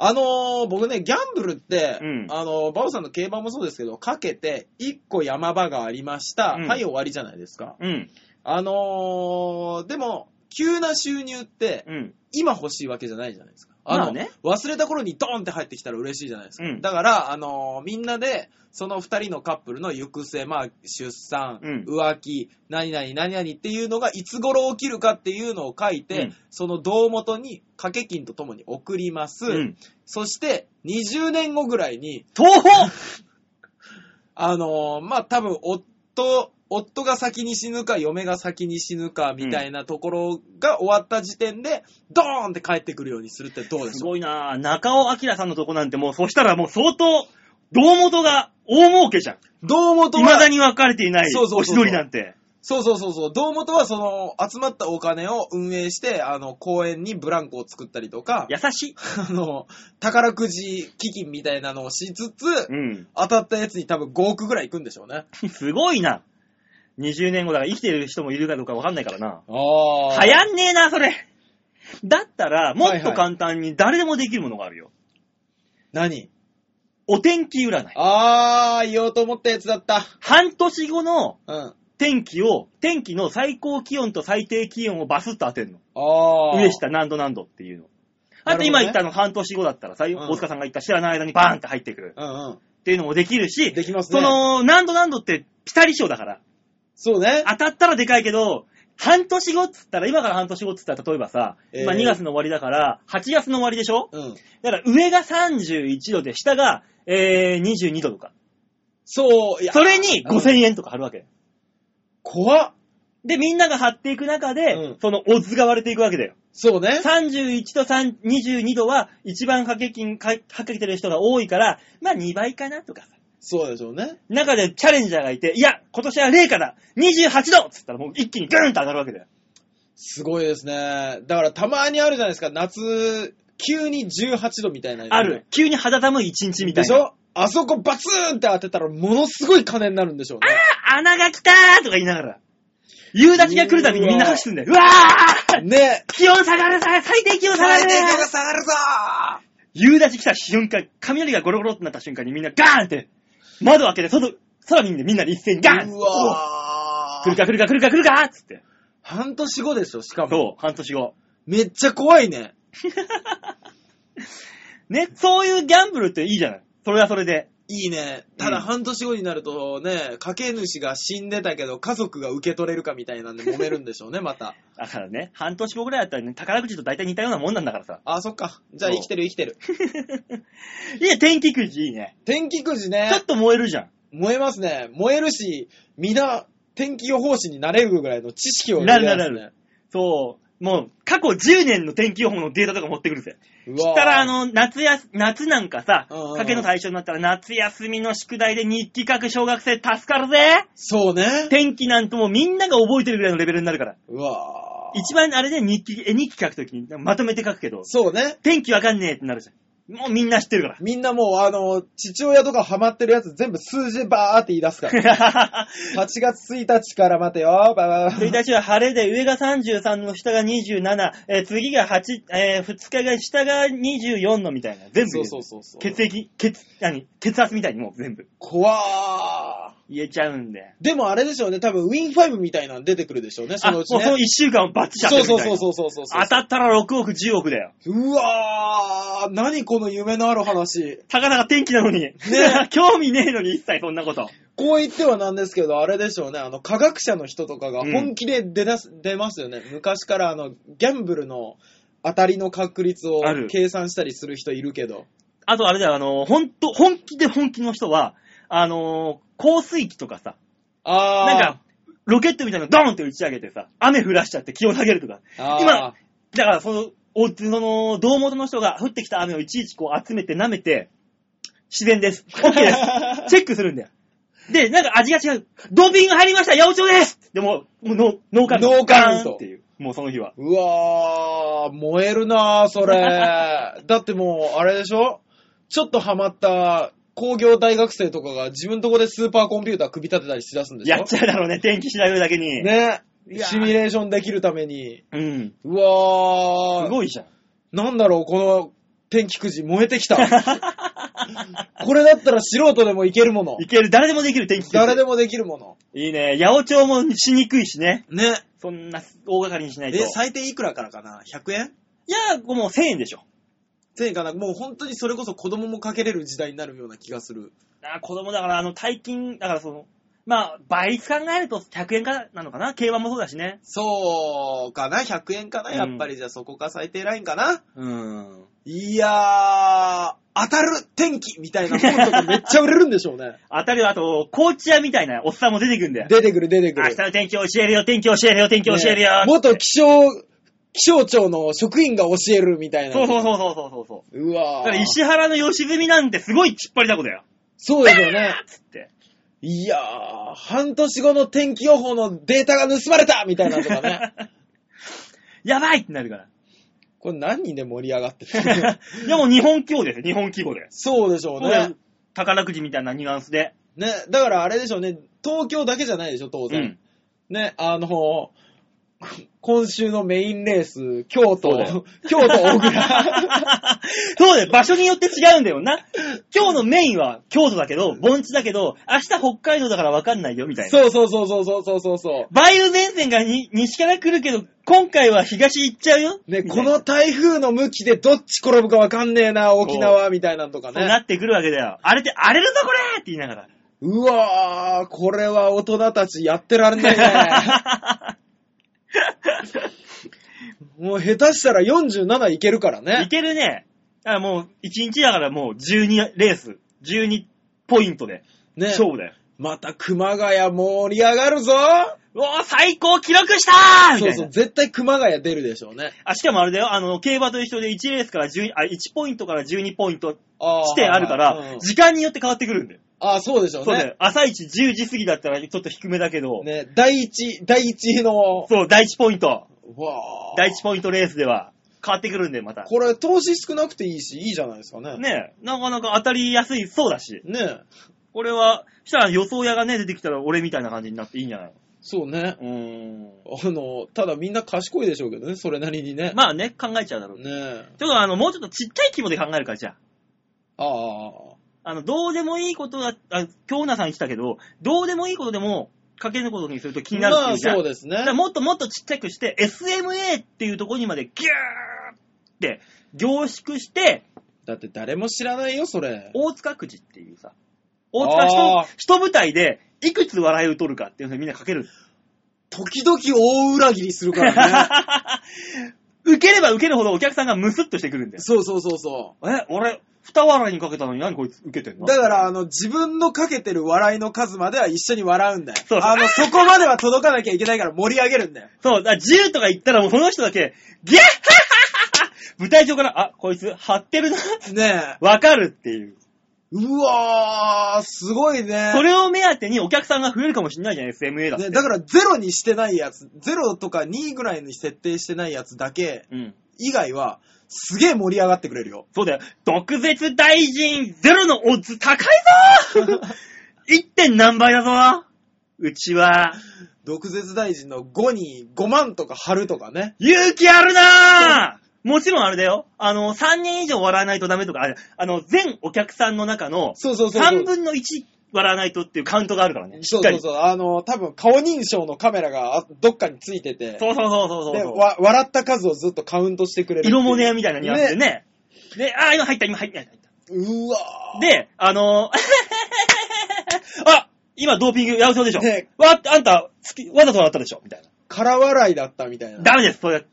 Speaker 2: あのー僕ね、ギャンブルって、
Speaker 1: うん
Speaker 2: あのーバオさんの競馬もそうですけど、かけて、1個山場がありました。
Speaker 1: うん
Speaker 2: はい、終わりじゃないですか。
Speaker 1: うん。
Speaker 2: あのーでも、急な収入って、
Speaker 1: うん。
Speaker 2: 今欲しいわけじゃないじゃないですか。
Speaker 1: ま
Speaker 2: の、
Speaker 1: あね
Speaker 2: 忘れた頃にドーンって入ってきたら嬉しいじゃないですか。
Speaker 1: うん
Speaker 2: だから、あのーみんなで、その2人のカップルの行く末、まあ、出産、
Speaker 1: うん
Speaker 2: 浮気、何々、何々っていうのが、いつ頃起きるかっていうのを書いて、
Speaker 1: うん
Speaker 2: その胴元に掛け金とともに送ります。
Speaker 1: うん。
Speaker 2: そして、20年後ぐらいに、
Speaker 1: 東宝
Speaker 2: あのーまあ、多分、夫、夫が先に死ぬか、嫁が先に死ぬか、みたいなところが終わった時点で、ドーンって帰ってくるようにするってどうでし
Speaker 1: す
Speaker 2: ょう
Speaker 1: ごいなぁ。中尾明さんのとこなんてもう、そしたらもう相当、胴元が大儲けじゃん。
Speaker 2: 堂本
Speaker 1: 未
Speaker 2: は、
Speaker 1: だに分かれていない、
Speaker 2: そうそうそう
Speaker 1: おしどりなんて。
Speaker 2: そうそうそうそう、堂本はその、集まったお金を運営して、あの、公園にブランコを作ったりとか、
Speaker 1: 優しい。
Speaker 2: あの、宝くじ基金みたいなのをしつつ
Speaker 1: う、ん。
Speaker 2: 当たったやつに多分5億ぐらいいくんでしょうね。
Speaker 1: すごいな。20年後だから生きてる人もいるかどうかわかんないからな。
Speaker 2: あ
Speaker 1: 流行んねえな、それ。だったら、もっ
Speaker 2: はいは
Speaker 1: と
Speaker 2: い
Speaker 1: 簡単に誰でもできるものがあるよ。
Speaker 2: 何
Speaker 1: お天気占い。
Speaker 2: あー、言おうと思ったやつだった。
Speaker 1: 半年後の
Speaker 2: うん。
Speaker 1: 天気を、天気の最高気温と最低気温をバスッと当てるの。
Speaker 2: あー。
Speaker 1: 上下何度何度っていうの。あと
Speaker 2: なるほどね
Speaker 1: 今言ったの半年後だったらさ、
Speaker 2: ん
Speaker 1: 大塚さんが言った知らない間にバーンって入ってくる
Speaker 2: うんうん。
Speaker 1: っていうのもできるし、
Speaker 2: できます
Speaker 1: そ
Speaker 2: ね。
Speaker 1: の、何度何度ってピタリ賞だから。
Speaker 2: そうね。
Speaker 1: 当たったらでかいけど、半年後っつったら、今から半年後っつったら、例えばさ、
Speaker 2: えー
Speaker 1: 今2月の終わりだから、8月の終わりでしょ
Speaker 2: うん。
Speaker 1: だから上が31度で、下が、えー、22度とか。
Speaker 2: そう、いや、
Speaker 1: それに5000円とか貼るわけ。
Speaker 2: 怖っ。
Speaker 1: で、みんなが貼っていく中で、
Speaker 2: うん
Speaker 1: そのオッズが割れていくわけだよ。
Speaker 2: そうね。
Speaker 1: 31と3 22度は、一番掛け金、かかけてる人が多いから、まあ2倍かなとかさ。
Speaker 2: そうでしょうね。
Speaker 1: 中でチャレンジャーがいて、いや、今年は0かだ !28 度っつったらもう一気にガーンと上がるわけだよ。
Speaker 2: すごいですね。だからたまにあるじゃないですか。夏、急に18度みたいな。
Speaker 1: ある。。急に肌寒い一日みたいな。
Speaker 2: でしょあそこバツーンって当てたらものすごい金になるんでしょうね。
Speaker 1: 穴が来たーとか言いながら。夕立が来るたびにみんな走るんだよ。うわー
Speaker 2: ね
Speaker 1: 気温下がるさ最低気温下がる
Speaker 2: 最低気温が下がるぞ
Speaker 1: 夕立来た瞬間、雷がゴロゴロってなった瞬間にみんなガーンって、窓開けて外、空見んでみんなで一斉にガーン
Speaker 2: ーう
Speaker 1: おう
Speaker 2: わ
Speaker 1: 来る
Speaker 2: ー
Speaker 1: か来るか来るか来るかっつって。
Speaker 2: 半年後でしょ、しかも。
Speaker 1: そう、半年後。
Speaker 2: めっちゃ怖いね。
Speaker 1: ね、そういうギャンブルっていいじゃない。それはそれで。
Speaker 2: いいね。た
Speaker 1: う
Speaker 2: だ
Speaker 1: ん
Speaker 2: 半年後になるとね、家計主が死んでたけど家族が受け取れるかみたいなんで揉めるんでしょうね、また。
Speaker 1: だからね、半年後ぐらいだったらね、宝くじと大体似たようなもんなんだからさ。
Speaker 2: あ、そっか。じゃあ
Speaker 1: そう
Speaker 2: 生きてる生き てる。
Speaker 1: いや、天気くじいいね。
Speaker 2: 天気くじ
Speaker 1: ちょ
Speaker 2: ね
Speaker 1: っ、と燃えるじゃん。
Speaker 2: 燃えますね。燃えるし、皆、天気予報士になれるぐらいの知識を得
Speaker 1: なる
Speaker 2: ま
Speaker 1: な
Speaker 2: す
Speaker 1: る
Speaker 2: ね
Speaker 1: なる。そう。もう、過去10年の天気予報のデータとか持ってくるぜ。
Speaker 2: う
Speaker 1: そ
Speaker 2: わ
Speaker 1: したら、あ、の、夏やす、夏なんかさ
Speaker 2: うんうんう、ん
Speaker 1: 賭けの対象になったら、夏休みの宿題で日記書く小学生助かるぜ
Speaker 2: そうね。
Speaker 1: 天気なんてもうみんなが覚えてるぐらいのレベルになるから。
Speaker 2: うわ
Speaker 1: 一番あれで日記、絵日記書くときにまとめて書くけど、
Speaker 2: そうね。
Speaker 1: 天気わかんねえってなるじゃん。もうみんな知ってる
Speaker 2: みんなもう、あの、父親とかハマってるやつ全部数字でバーって言い出すか ら。
Speaker 1: から。
Speaker 2: 8月1日から待てよ、バババ。
Speaker 1: 1日は晴れで上が33の下が27、えー次が8、え2日が下が24のみたいな。全部入れ
Speaker 2: そう
Speaker 1: る
Speaker 2: そうそうそう。
Speaker 1: 血液、血、何血圧みたいにもう全部
Speaker 2: 怖ー。
Speaker 1: 言えちゃうんで。で
Speaker 2: でもあれでしょうね、多分ウィンファイブみたいなの出てくるでしょうね、そ
Speaker 1: あ、
Speaker 2: の
Speaker 1: もう
Speaker 2: うち
Speaker 1: そ
Speaker 2: ね。
Speaker 1: の1週間をバッチシャ
Speaker 2: そうそうそう
Speaker 1: う。
Speaker 2: そうそうそうそう。
Speaker 1: 当たったら6億、10億だよ。
Speaker 2: うわー、何この夢のある話。
Speaker 1: たかだか天気なのに。 興味ねえのに一切そんなこと。
Speaker 2: こう言ってはなんですけど、あれでしょうね、あの、科学者の人とかが
Speaker 1: うん
Speaker 2: 本気で出だす、出ますよね。昔からあの、ギャンブルの当たりの確率を
Speaker 1: ある
Speaker 2: 計算したりする人いるけど。
Speaker 1: あとあれだよ、あの、ほんと、本気で本気の人は、あのー、降水機とかさ、
Speaker 2: あー。
Speaker 1: なんか、ロケットみたいなのドーンって打ち上げてさ、雨降らしちゃって気を投げるとか。
Speaker 2: あー、
Speaker 1: 今だから、その、おその、道元の人が降ってきた雨をいちいちこう集めて舐めて、自然 です。OK です。チェックするんだよ。で、なんか味が違う。ドーピング入りました八百長ですでもう、もうノーノーカウント。
Speaker 2: ノーカウント
Speaker 1: ガーっていう。もうその日は。
Speaker 2: うわー、燃えるなー、そ れ。だってもう、あれでしょちょっとハマった工業大学生とかが自分とこでスーパーコンピューター組み立てたりしだすんでしょ
Speaker 1: やっちゃうだろうね、天気調べるだけに。
Speaker 2: ね。
Speaker 1: いやー
Speaker 2: シミュレーションできるために。
Speaker 1: うん。
Speaker 2: うわー。
Speaker 1: すごいじゃん。
Speaker 2: なんだろう、この天気くじ燃えてきた。 これだったら素人でもいけるもの
Speaker 1: い。ける、誰でもできる天気
Speaker 2: 誰でもできるもの。
Speaker 1: いいね。八百長もしにくいしね。
Speaker 2: ね。
Speaker 1: そんな大掛かりにしないと。い
Speaker 2: え、最低いくらからかな ?100 円
Speaker 1: や、もう1000円でしょ。
Speaker 2: せいかなもう本当にそれこそ子供もかけれる時代になるような気がする。
Speaker 1: あ子供だから、あの、大金、だからその、まあ、倍率考えると100円からなのかな競馬もそうだしね。
Speaker 2: そうかな ?100 円かなやっぱりじゃあそこか最低ラインかな、
Speaker 1: うん。
Speaker 2: いやー、当たる天気みたいな本とかめっちゃ売れるんでしょう ね。
Speaker 1: 当たりは、あと、コーチ屋みたいなおっさんも出てくんだよ。
Speaker 2: 出てくる出てく
Speaker 1: 明
Speaker 2: る。
Speaker 1: 日の天気教えるよ、天気教えるよ、天気教えるよ。
Speaker 2: ね元気象、気象庁の職員が教えるみたいな。
Speaker 1: そうそうそうそうそうそうそう。
Speaker 2: う。うわ
Speaker 1: だ
Speaker 2: ー
Speaker 1: から石原の良純なんてすごいきっぱりだこだよ。
Speaker 2: そうですよね。
Speaker 1: つって。
Speaker 2: いやー、半年後の天気予報のデータが盗まれたみたいなのとか ね。
Speaker 1: やばいってなるから。
Speaker 2: これ何人で盛り上がってる
Speaker 1: でも日本規模ですよ、日本規模で。
Speaker 2: そうでしょう
Speaker 1: そうだ
Speaker 2: ね
Speaker 1: よ。宝くじみたいなニュアンスで。
Speaker 2: ね、だからあれでしょうね。東京だけじゃないでしょ、当然。ね、あのー今週のメインレース、京
Speaker 1: そう
Speaker 2: 都
Speaker 1: だよ、
Speaker 2: 京都 小 倉。
Speaker 1: そうだよ、場所によって違うんだよな。今日のメインは京都だけど、盆地だけど、明日北海道だから分かんないよ、みたいな。
Speaker 2: そうそうそうそうそうそうそうそ
Speaker 1: 梅雨前線がに西から来るけど、今回は東行っちゃうよ。
Speaker 2: う。ね、
Speaker 1: みた
Speaker 2: こ
Speaker 1: いな
Speaker 2: の台風の向きでどっち転ぶかわかんねえな、沖縄みたいなのとか
Speaker 1: そうな
Speaker 2: ね。
Speaker 1: ってくるわけだよ。荒れて、荒れるぞ、これって言いなが ら。
Speaker 2: うわー、これは大人たちやってられない ね。もう下手したら47いけるから
Speaker 1: い
Speaker 2: ね。
Speaker 1: けるね。だからもう、1日だからもう12レース、12ポイントで、
Speaker 2: ね。
Speaker 1: 勝負だよ。
Speaker 2: また熊谷盛り上がるぞ
Speaker 1: うおー、最高記録したーみたい
Speaker 2: そ
Speaker 1: な
Speaker 2: うそう、絶対熊谷出るでしょうね。
Speaker 1: あ、しかもあれだよ、あの、競馬と一緒で1レースから12、あ、1ポイントから12ポイント
Speaker 2: あー
Speaker 1: 地点あるか
Speaker 2: はいはい
Speaker 1: ら
Speaker 2: う、ん
Speaker 1: 時間によって変わってくるんだよ。
Speaker 2: あー、そうでしょう
Speaker 1: そうだ
Speaker 2: ね。
Speaker 1: よ。朝一10時過ぎだったらちょっと低めだけど、
Speaker 2: ね、第一、第一の、
Speaker 1: そう、第1ポイント、
Speaker 2: わー
Speaker 1: 第1ポイントレースでは変わってくるんだよ、また。
Speaker 2: これ、投資少なくていいし、いいじゃないですかね。
Speaker 1: ねえ、なかなか当たりやすいそうだし、
Speaker 2: ね。
Speaker 1: これは、したら予想屋がね、出てきたら俺みたいな感じになっていいんじゃない
Speaker 2: そうね。
Speaker 1: のう
Speaker 2: あの、ただみんな賢いでしょうけどね、それなりにね
Speaker 1: ーん。。まあね、考えちゃうだろう。
Speaker 2: ねえ。
Speaker 1: ちょっとあの、もうちょっとちっちゃい規模で考えるから、じゃあ。
Speaker 2: ああ。
Speaker 1: あの、どうでもいいことだ、あ、京奈さん言ってたけど、どうでもいいことでも、かけることにすると気になるって
Speaker 2: ま
Speaker 1: いう
Speaker 2: あ、
Speaker 1: じゃん。
Speaker 2: そうですね
Speaker 1: だか。らもっともっとちっちゃくして、SMA っていうところにまでギューって凝縮して、
Speaker 2: だって誰も知らないよ、それ。
Speaker 1: 大塚くじっていうさ、大塚人
Speaker 2: あー
Speaker 1: 人舞台で、いくつ笑いを取るかっていうのにみんなかける。
Speaker 2: 時々大裏切りするからね。
Speaker 1: 受受ければ受けるほどお客さんがムスッとしてくるんだよ。
Speaker 2: そうそうそうそ
Speaker 1: え、俺、二笑いにかけたのに何こいつ受けてん
Speaker 2: う。
Speaker 1: の
Speaker 2: だから、あの、自分のかけてる笑いの数までは一緒に笑うんだよ。
Speaker 1: そう
Speaker 2: あの、そこまでは届かなきゃいけないから盛り上げるんだよ。
Speaker 1: そう、だ10とか言ったらもうその人だけ、ギャッハッハッハッハッ舞台上から、あ、こいつ張ってるな。
Speaker 2: ねえ。
Speaker 1: わかるっていう。
Speaker 2: うわー、すごいね。
Speaker 1: それを目当てにお客さんが増えるかもしれないじゃん、SMA だって。
Speaker 2: ね、だからゼロにしてないやつ、ゼロとか2ぐらいに設定してないやつだけ、
Speaker 1: うん。
Speaker 2: 以外は、すげえ盛り上がってくれるよ。
Speaker 1: そうだよ。毒舌大臣ゼロのオッズ高いぞ !1 点何倍だぞうちは、
Speaker 2: 毒舌大臣の5に5万とか貼るとかね。
Speaker 1: 勇気あるなぁもちろんあれだよ。あの、3人以上笑わないとダメとか、ああの、全お客さんの中の
Speaker 2: そうそうそうそう。
Speaker 1: 3分の1笑わないとっていうカウントがあるからね。し
Speaker 2: そ
Speaker 1: っ
Speaker 2: う
Speaker 1: か
Speaker 2: そ
Speaker 1: り。
Speaker 2: う
Speaker 1: そう
Speaker 2: そう。あの、多分顔認証のカメラがあどっかについてて、
Speaker 1: そうそうそうそう
Speaker 2: で
Speaker 1: そう。
Speaker 2: わ笑った数をずっとカウントしてくれるっていう。
Speaker 1: 色物屋みたいなニュアンスでね。で、あー、今入った、今入った、今入った。
Speaker 2: うわー。
Speaker 1: で、あのー あ今ドーピングやるそうでしょ。
Speaker 2: ね
Speaker 1: わ、あんた、つきわざと笑ったでしょみたいな。
Speaker 2: 空笑いだったみたいな。
Speaker 1: ダメです、それ。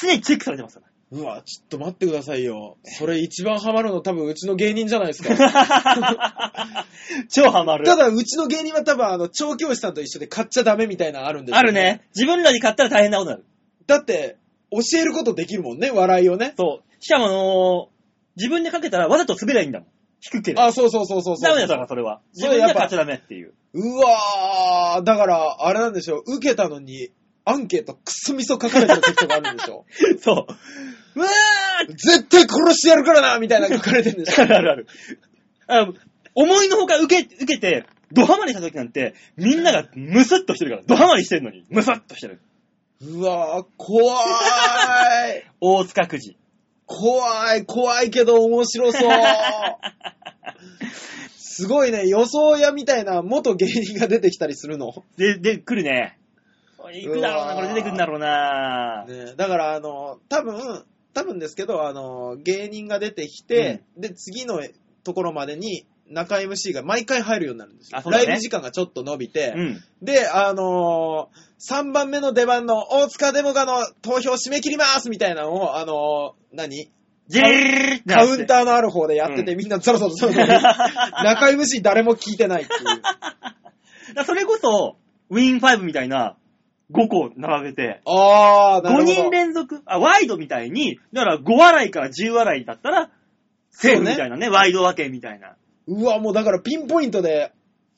Speaker 1: 常にチェックされてますから。
Speaker 2: うわ、ちょっと待ってくださいよ。それ一番ハマるの多分うちの芸人じゃないですか。
Speaker 1: 超ハマる。
Speaker 2: ただ、うちの芸人は多分、あの、調教師さんと一緒で買っちゃダメみたいなのあるんですよ、
Speaker 1: あるね。自分らに買ったら大変なことになる。
Speaker 2: だって、教えることできるもんね、笑いをね。
Speaker 1: そう。しかも、あのー自分でかけたらわざと滑りゃいいんだもん。低くければ。
Speaker 2: あ、そうそうそうそうそう。
Speaker 1: ダメだから、それは。自
Speaker 2: そう
Speaker 1: 分で
Speaker 2: や
Speaker 1: は
Speaker 2: っぱ
Speaker 1: 買っちゃダメっていう。
Speaker 2: うわー、だから、あれなんでしょう、受けたのに、アンケートクソみそ書かれてる時とかあるんで しょ
Speaker 1: そう。うわー
Speaker 2: 絶対殺してやるからなみたいなの書かれてるんでし
Speaker 1: あ
Speaker 2: ょ
Speaker 1: るあるある。あの思いのほか受け、受けて、ドハマりした時なんて、みんながムスッとしてるから、ドハマりしてるのに、ムスッとしてる。
Speaker 2: うわー、怖い。
Speaker 1: 大塚くじ。
Speaker 2: 怖い、怖いけど面白そう。すごいね、予想屋みたいな元芸人が出てきたりするの。
Speaker 1: で、で、来るね。行くだろう
Speaker 2: うわ
Speaker 1: な、
Speaker 2: ー
Speaker 1: これ出てくるんだろうな。
Speaker 2: ね、だから、あの、多分、多分ですけど、あの、芸人が出てきて、で、次のところまでに、中 MC が毎回入るようになるんですよ。
Speaker 1: あそうだ
Speaker 2: ラ
Speaker 1: ね
Speaker 2: イブ時間がちょっと伸びて、
Speaker 1: うん。
Speaker 2: で、あの3番目の出番の大塚デモガの投票締め切りますみたいなのを、あの何
Speaker 1: ジェーって
Speaker 2: カウン
Speaker 1: ー
Speaker 2: ターのある方でやってて、
Speaker 1: うん
Speaker 2: みんなザロザロザ ロザロ。中 MC 誰も聞いてないっていう。
Speaker 1: それこそ、ウィン5みたいな、5個並べて、
Speaker 2: あー、な
Speaker 1: 5
Speaker 2: るほど。
Speaker 1: 人連続、あ、ワイドみたいに、だから5笑いから10笑いだったら、セーフみたいなね、ワイド分けみたいな。
Speaker 2: うわ、もうだからピンポイントで、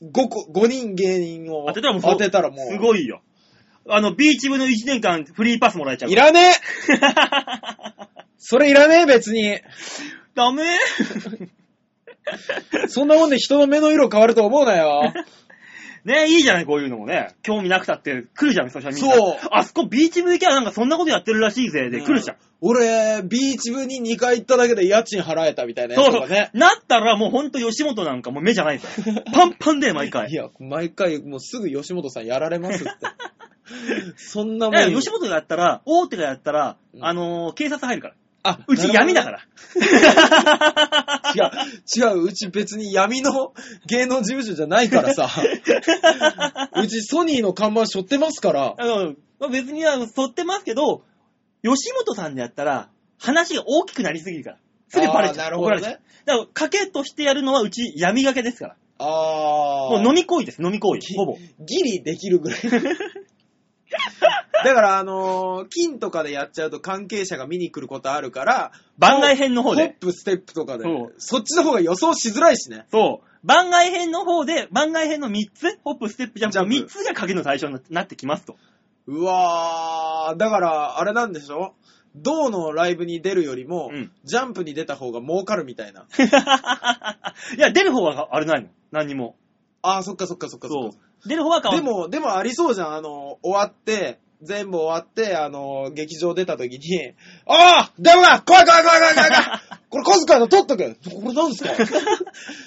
Speaker 2: 5個、5人芸人を
Speaker 1: 当てたらもうそう
Speaker 2: 当てたらもう
Speaker 1: すごいよ。あの、ビーチ部の1年間フリーパスもらえちゃう。
Speaker 2: いらねえそれいらねえ、別に。
Speaker 1: ダメ
Speaker 2: そんなもんで人の目の色変わると思うなよ。
Speaker 1: ねいいじゃない、こういうのもね。興味なくたって来るじゃん、そしたらみんな。
Speaker 2: そう
Speaker 1: あそこビーチ部行けばなんかそんなことやってるらしいぜ、 で来るじゃん。
Speaker 2: 俺、ビーチ部に2回行っただけで家賃払えたみたいなや
Speaker 1: そ
Speaker 2: つ
Speaker 1: う
Speaker 2: と
Speaker 1: そ
Speaker 2: か
Speaker 1: う。
Speaker 2: ね。
Speaker 1: なったらもうほんと吉本なんかもう目じゃないぞ。 パンパンで毎回。
Speaker 2: い
Speaker 1: い
Speaker 2: や、毎回もうすぐ吉本さんやられま すって。そんなもん
Speaker 1: や。吉本がやったら、大手がやったら
Speaker 2: う、ん
Speaker 1: あのー警察入るから。
Speaker 2: あ。
Speaker 1: うち闇だからら。
Speaker 2: 違う、違う、うち別に闇の芸能事務所じゃないから さ。うちソニーの看板背負ってますから。
Speaker 1: あの、まあ別にあの沿ってますけど、吉本さんでやったら、話が大きくなりすぎるから。すぐバレちゃう。
Speaker 2: あーなる
Speaker 1: 怒
Speaker 2: ほ
Speaker 1: ら
Speaker 2: ど
Speaker 1: れちゃう
Speaker 2: ね。
Speaker 1: だから、賭けとしてやるのはうち闇賭けですから。
Speaker 2: ああ。
Speaker 1: もう飲み行為です、飲み行為。ほぼ。
Speaker 2: ギリでき るぐらい。だから、あのー金とかでやっちゃうと関係者が見に来ることあるから、
Speaker 1: 番外編の
Speaker 2: ホ
Speaker 1: 方
Speaker 2: ッ
Speaker 1: で。
Speaker 2: プ、ステップとかで
Speaker 1: そう、
Speaker 2: そっちの方が予想しづらいしね。
Speaker 1: そう。番外編の方で、番外編の3つ、ホップ、ステップ、ジャンプ、
Speaker 2: ジャンプ
Speaker 1: 3つが賭けの対象になってきますと。
Speaker 2: うわー、だから、あれなんでしょ銅のライブに出るよりも、
Speaker 1: うん
Speaker 2: ジャンプに出た方が儲かるみたいな。
Speaker 1: いや、出る方はあれないの。何にも。
Speaker 2: あー、そっかそっかそっかそっ
Speaker 1: そ
Speaker 2: か。
Speaker 1: う。出る方は変わ
Speaker 2: で
Speaker 1: んない。
Speaker 2: も、でもありそうじゃん。あの、終わって、全部終わって、あの、劇場出た時に、ああダメだ怖い怖い怖い怖い怖い 怖いこれ小遣いの取っとけこれなんですか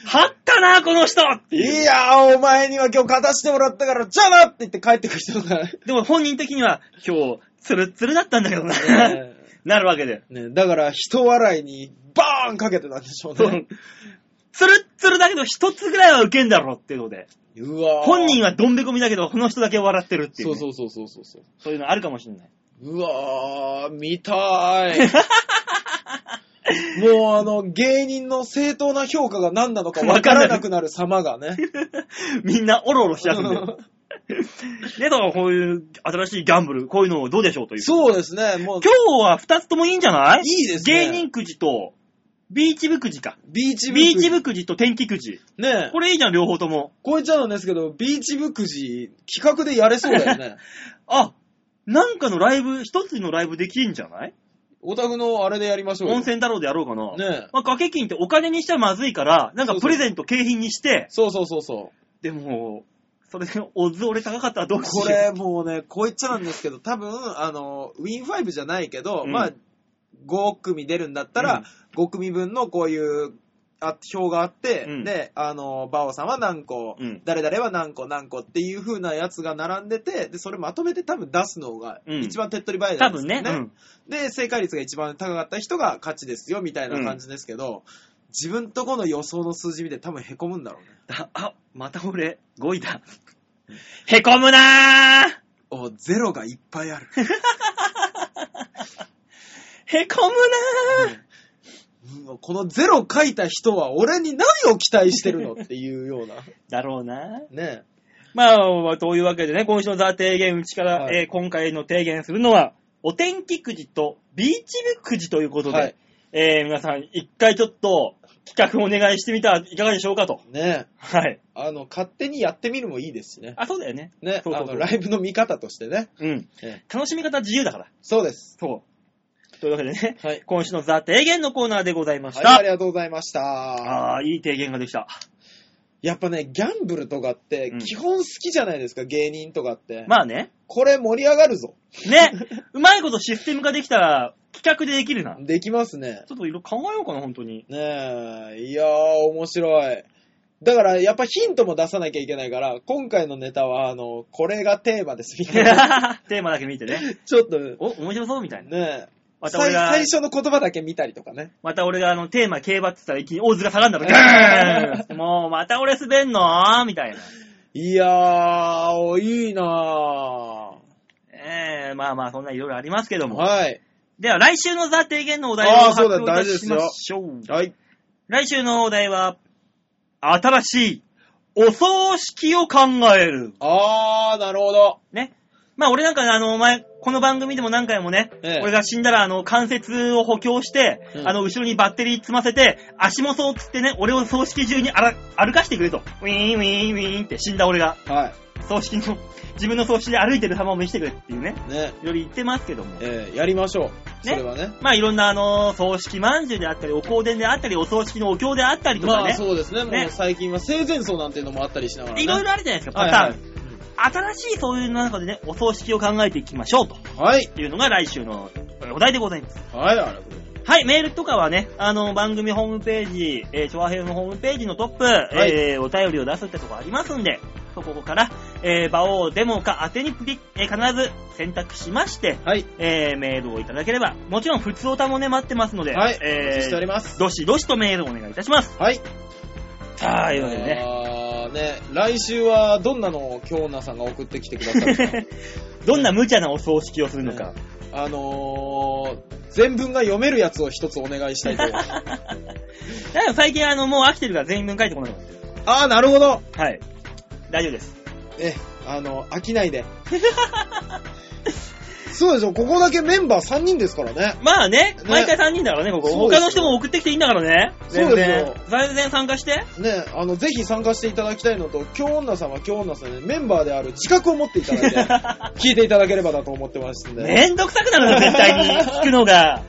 Speaker 1: はったな、この人って
Speaker 2: い
Speaker 1: いう。
Speaker 2: やー、お前には今日勝たしてもらったから、じゃあなって言って帰ってくる人が、
Speaker 1: でも本人的には、今日、ツルッツルだったんだけどな。
Speaker 2: ね
Speaker 1: なるわけで。
Speaker 2: ねだから、人笑いにバーンかけてたんでしょうね。
Speaker 1: つるっつるだけど一つぐらいは受けんだろっていうので、
Speaker 2: うわー
Speaker 1: 本人はどんべこみだけど、この人だけ笑ってるっていう、
Speaker 2: そう
Speaker 1: ね。
Speaker 2: そう
Speaker 1: そう
Speaker 2: そうそうそうそう。
Speaker 1: いうのあるかもしれない。
Speaker 2: うわー、見たい。もうあの、芸人の正当な評価が何なのかわからなくなる様が ね。
Speaker 1: みんなオロオロしちゃ うんで。ね、だからこういう新しいギャンブル、こういうのどうでしょうという。
Speaker 2: そうですね、もう、
Speaker 1: 今日は2つともいいんじゃない
Speaker 2: いいですね
Speaker 1: 芸人くじと、ビーチ部くじか。
Speaker 2: ビーチ部。
Speaker 1: ビーチ部くじと天気くじ。
Speaker 2: ねえ
Speaker 1: これいいじゃん、両方とも。
Speaker 2: こう言っちゃうんですけど、ビーチ部くじ、企画でやれそうだ よね。
Speaker 1: あ、なんかのライブ、一つのライブできんじゃない
Speaker 2: お宅のあれでやりましょうよ。
Speaker 1: 温泉太郎でやろうかな。
Speaker 2: ねえ。
Speaker 1: まあ、掛け金ってお金にしちゃまずいから、なんかプレゼント景品にして、
Speaker 2: そうそうそうそう。
Speaker 1: でも、それでオッズ俺高かったらどうしよう。
Speaker 2: これもうね、こう言っちゃなんですけど、多分、あの、ウィン5じゃないけど、
Speaker 1: うん
Speaker 2: まあ、5組出るんだったら、5組分のこういう、あ表があって、
Speaker 1: うん
Speaker 2: で、あの、バオさんは何個、
Speaker 1: うん
Speaker 2: 誰々は何個何個っていう風なやつが並んでて、で、それまとめて多分出すのが
Speaker 1: うん
Speaker 2: 一番手っ取り早いじゃ
Speaker 1: 多
Speaker 2: な
Speaker 1: 分
Speaker 2: いですか
Speaker 1: ね。うん
Speaker 2: で、正解率が一番高かった人が勝ちですよ、みたいな感じですけど、自分とこの予想の数字見て多分凹むんだろうね。
Speaker 1: だあ、また俺、5位だ。へこむなー
Speaker 2: お、ゼロがいっぱいある。
Speaker 1: へこむなー、
Speaker 2: うんこのゼロ書いた人は俺に何を期待してるのっていうよ うな。
Speaker 1: だろうな
Speaker 2: ね
Speaker 1: まあ、まあというわけでね、今週のザ・提言うちから、
Speaker 2: はい
Speaker 1: えー今回の提言するのは、お天気くじとビーチ部くじということで、
Speaker 2: はい
Speaker 1: えー皆さん一回ちょっと企画お願いしてみたらいかがでしょうかと。
Speaker 2: ね
Speaker 1: はい。
Speaker 2: あの、勝手にやってみるもいいですしね。
Speaker 1: あ、そうだよね。
Speaker 2: ね
Speaker 1: そうそうそう
Speaker 2: あの、ライブの見方としてね。
Speaker 1: うん。
Speaker 2: ええ
Speaker 1: 楽しみ方は自由だから。
Speaker 2: そうです。
Speaker 1: そう。というわけでね、
Speaker 2: はい。
Speaker 1: 今週のザ・提言のコーナーでございまし
Speaker 2: はい、
Speaker 1: た。
Speaker 2: ありがとうございました。
Speaker 1: ああー、いい提言ができた。
Speaker 2: やっぱね、ギャンブルとかって
Speaker 1: うん
Speaker 2: 基本好きじゃないですか、芸人とかって。
Speaker 1: まあね。
Speaker 2: これ盛り上がるぞ。
Speaker 1: ね。うまいことシステム化できたら、企画でできるな。
Speaker 2: できますね。
Speaker 1: ちょっといろいろ考えようかな、本当に。
Speaker 2: ねえ、いやー、面白い。だから、やっぱヒントも出さなきゃいけないから、今回のネタは、あの、これがテーマです、みたい な。
Speaker 1: テーマだけ見て ね。
Speaker 2: ちょっと、ね
Speaker 1: お、面白そうみたいな。
Speaker 2: え、
Speaker 1: また
Speaker 2: 最
Speaker 1: 俺が、
Speaker 2: 最初の言葉だけ見たりとかね。
Speaker 1: また俺があの、テーマ競馬って言ったら一気に大津が下がるんだろ。ガ ーンもう、また俺滑んのみたいな。
Speaker 2: いやー、いいな
Speaker 1: ええまあまあ、そんないろいろありますけど
Speaker 2: ー。
Speaker 1: も。
Speaker 2: はい。
Speaker 1: では、来週のザ・提言のお題
Speaker 2: あ
Speaker 1: を
Speaker 2: ー
Speaker 1: 発
Speaker 2: そうだ
Speaker 1: 表いたしましょう。
Speaker 2: はい。
Speaker 1: 来週のお題は、新しい、お葬式を考える。
Speaker 2: あー、なるほど。
Speaker 1: ね。まあ俺なんかねあの、前、この番組でも何回もね、
Speaker 2: ええ
Speaker 1: 俺が死んだらあの、関節を補強して、
Speaker 2: うん
Speaker 1: あの、後ろにバッテリー積ませて、足もそうっつってね、俺を葬式中にあら歩かしてくれと。ウィーンウィーンウィーンって死んだ俺が、
Speaker 2: は
Speaker 1: 葬式の、自分の葬式で歩いてる様を見せてくれっていうね、
Speaker 2: い。ね。
Speaker 1: いろいろ言ってますけども。
Speaker 2: えー、やりましょう。それはね。
Speaker 1: まあいろんなあの、葬式まんじゅうであったり、お香典であったり、お葬式のお経であったりとか
Speaker 2: まあ
Speaker 1: ね。
Speaker 2: そうですね。も
Speaker 1: ね
Speaker 2: う最近は生前葬なんていうのもあったりしながら、ね。
Speaker 1: いろいろあるじゃないですか、
Speaker 2: は
Speaker 1: パ
Speaker 2: い
Speaker 1: ターン。
Speaker 2: はい。
Speaker 1: 新しいそういうの中でね、お葬式を考えていきましょうと
Speaker 2: はい。
Speaker 1: いうのが来週のお題でございます。
Speaker 2: はい、ありがとうございます。
Speaker 1: はい、メールとかはね、あの、番組ホームページ、えー、チョアヘのホームページのトップ、
Speaker 2: い
Speaker 1: えー、お便りを出すってとこありますんで、そこから、えー、場をデモか宛てにプリ、えー、必ず選択しまして、
Speaker 2: はい。
Speaker 1: えー、メールをいただければ、もちろん、普通おたもね、待ってますので、
Speaker 2: はい。お待
Speaker 1: え
Speaker 2: ちしており
Speaker 1: ー、
Speaker 2: ます。
Speaker 1: どしどしとメールをお願いいたします。
Speaker 2: はい。
Speaker 1: さあ、いうわけでね、
Speaker 2: あーね、来週はどんなのを京奈さんが送ってきてくだ さるのか
Speaker 1: どんな無茶なお葬式をするのか。
Speaker 2: あのー、全文が読めるやつを一つお願いした いと思います。
Speaker 1: だから最近、あの、もう飽きてるから全文書いてこないの
Speaker 2: あー、なるほど。
Speaker 1: はい。大丈夫です。
Speaker 2: え、あの、飽き ないで。そうでしょ、ここだけメンバー3人ですからね。
Speaker 1: まあね、毎回3人だからね、ここ。
Speaker 2: そう
Speaker 1: 他
Speaker 2: ですよ
Speaker 1: の人も送ってきていいんだからね。全
Speaker 2: そうです
Speaker 1: 然
Speaker 2: よ。
Speaker 1: 全然参加して。
Speaker 2: ね、あの、ぜひ参加していただきたいのと、京女さんは京女さんで、メンバーである自覚を持っていただい て、聞いていただければなと思ってますんで。
Speaker 1: めんどくさくなる の、絶対に。聞くのが。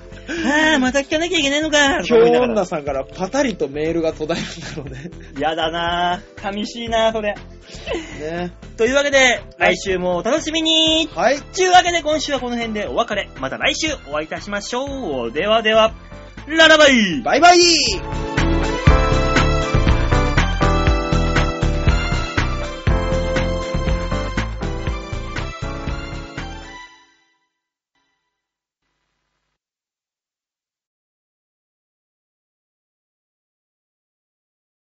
Speaker 1: ああ、また聞かなきゃいけないのか。
Speaker 2: 京女
Speaker 1: さ
Speaker 2: さんからパタリとメールが途絶えるんだろうね。
Speaker 1: ん。やだなぁ。寂しいなぁ、それ。
Speaker 2: ね。
Speaker 1: というわけで、来週もお楽しみに。
Speaker 2: はい。
Speaker 1: というわけで、今週はこの辺でお別れ。また来週お会いいたしましょう。ではでは、ララバイ
Speaker 2: バイバイ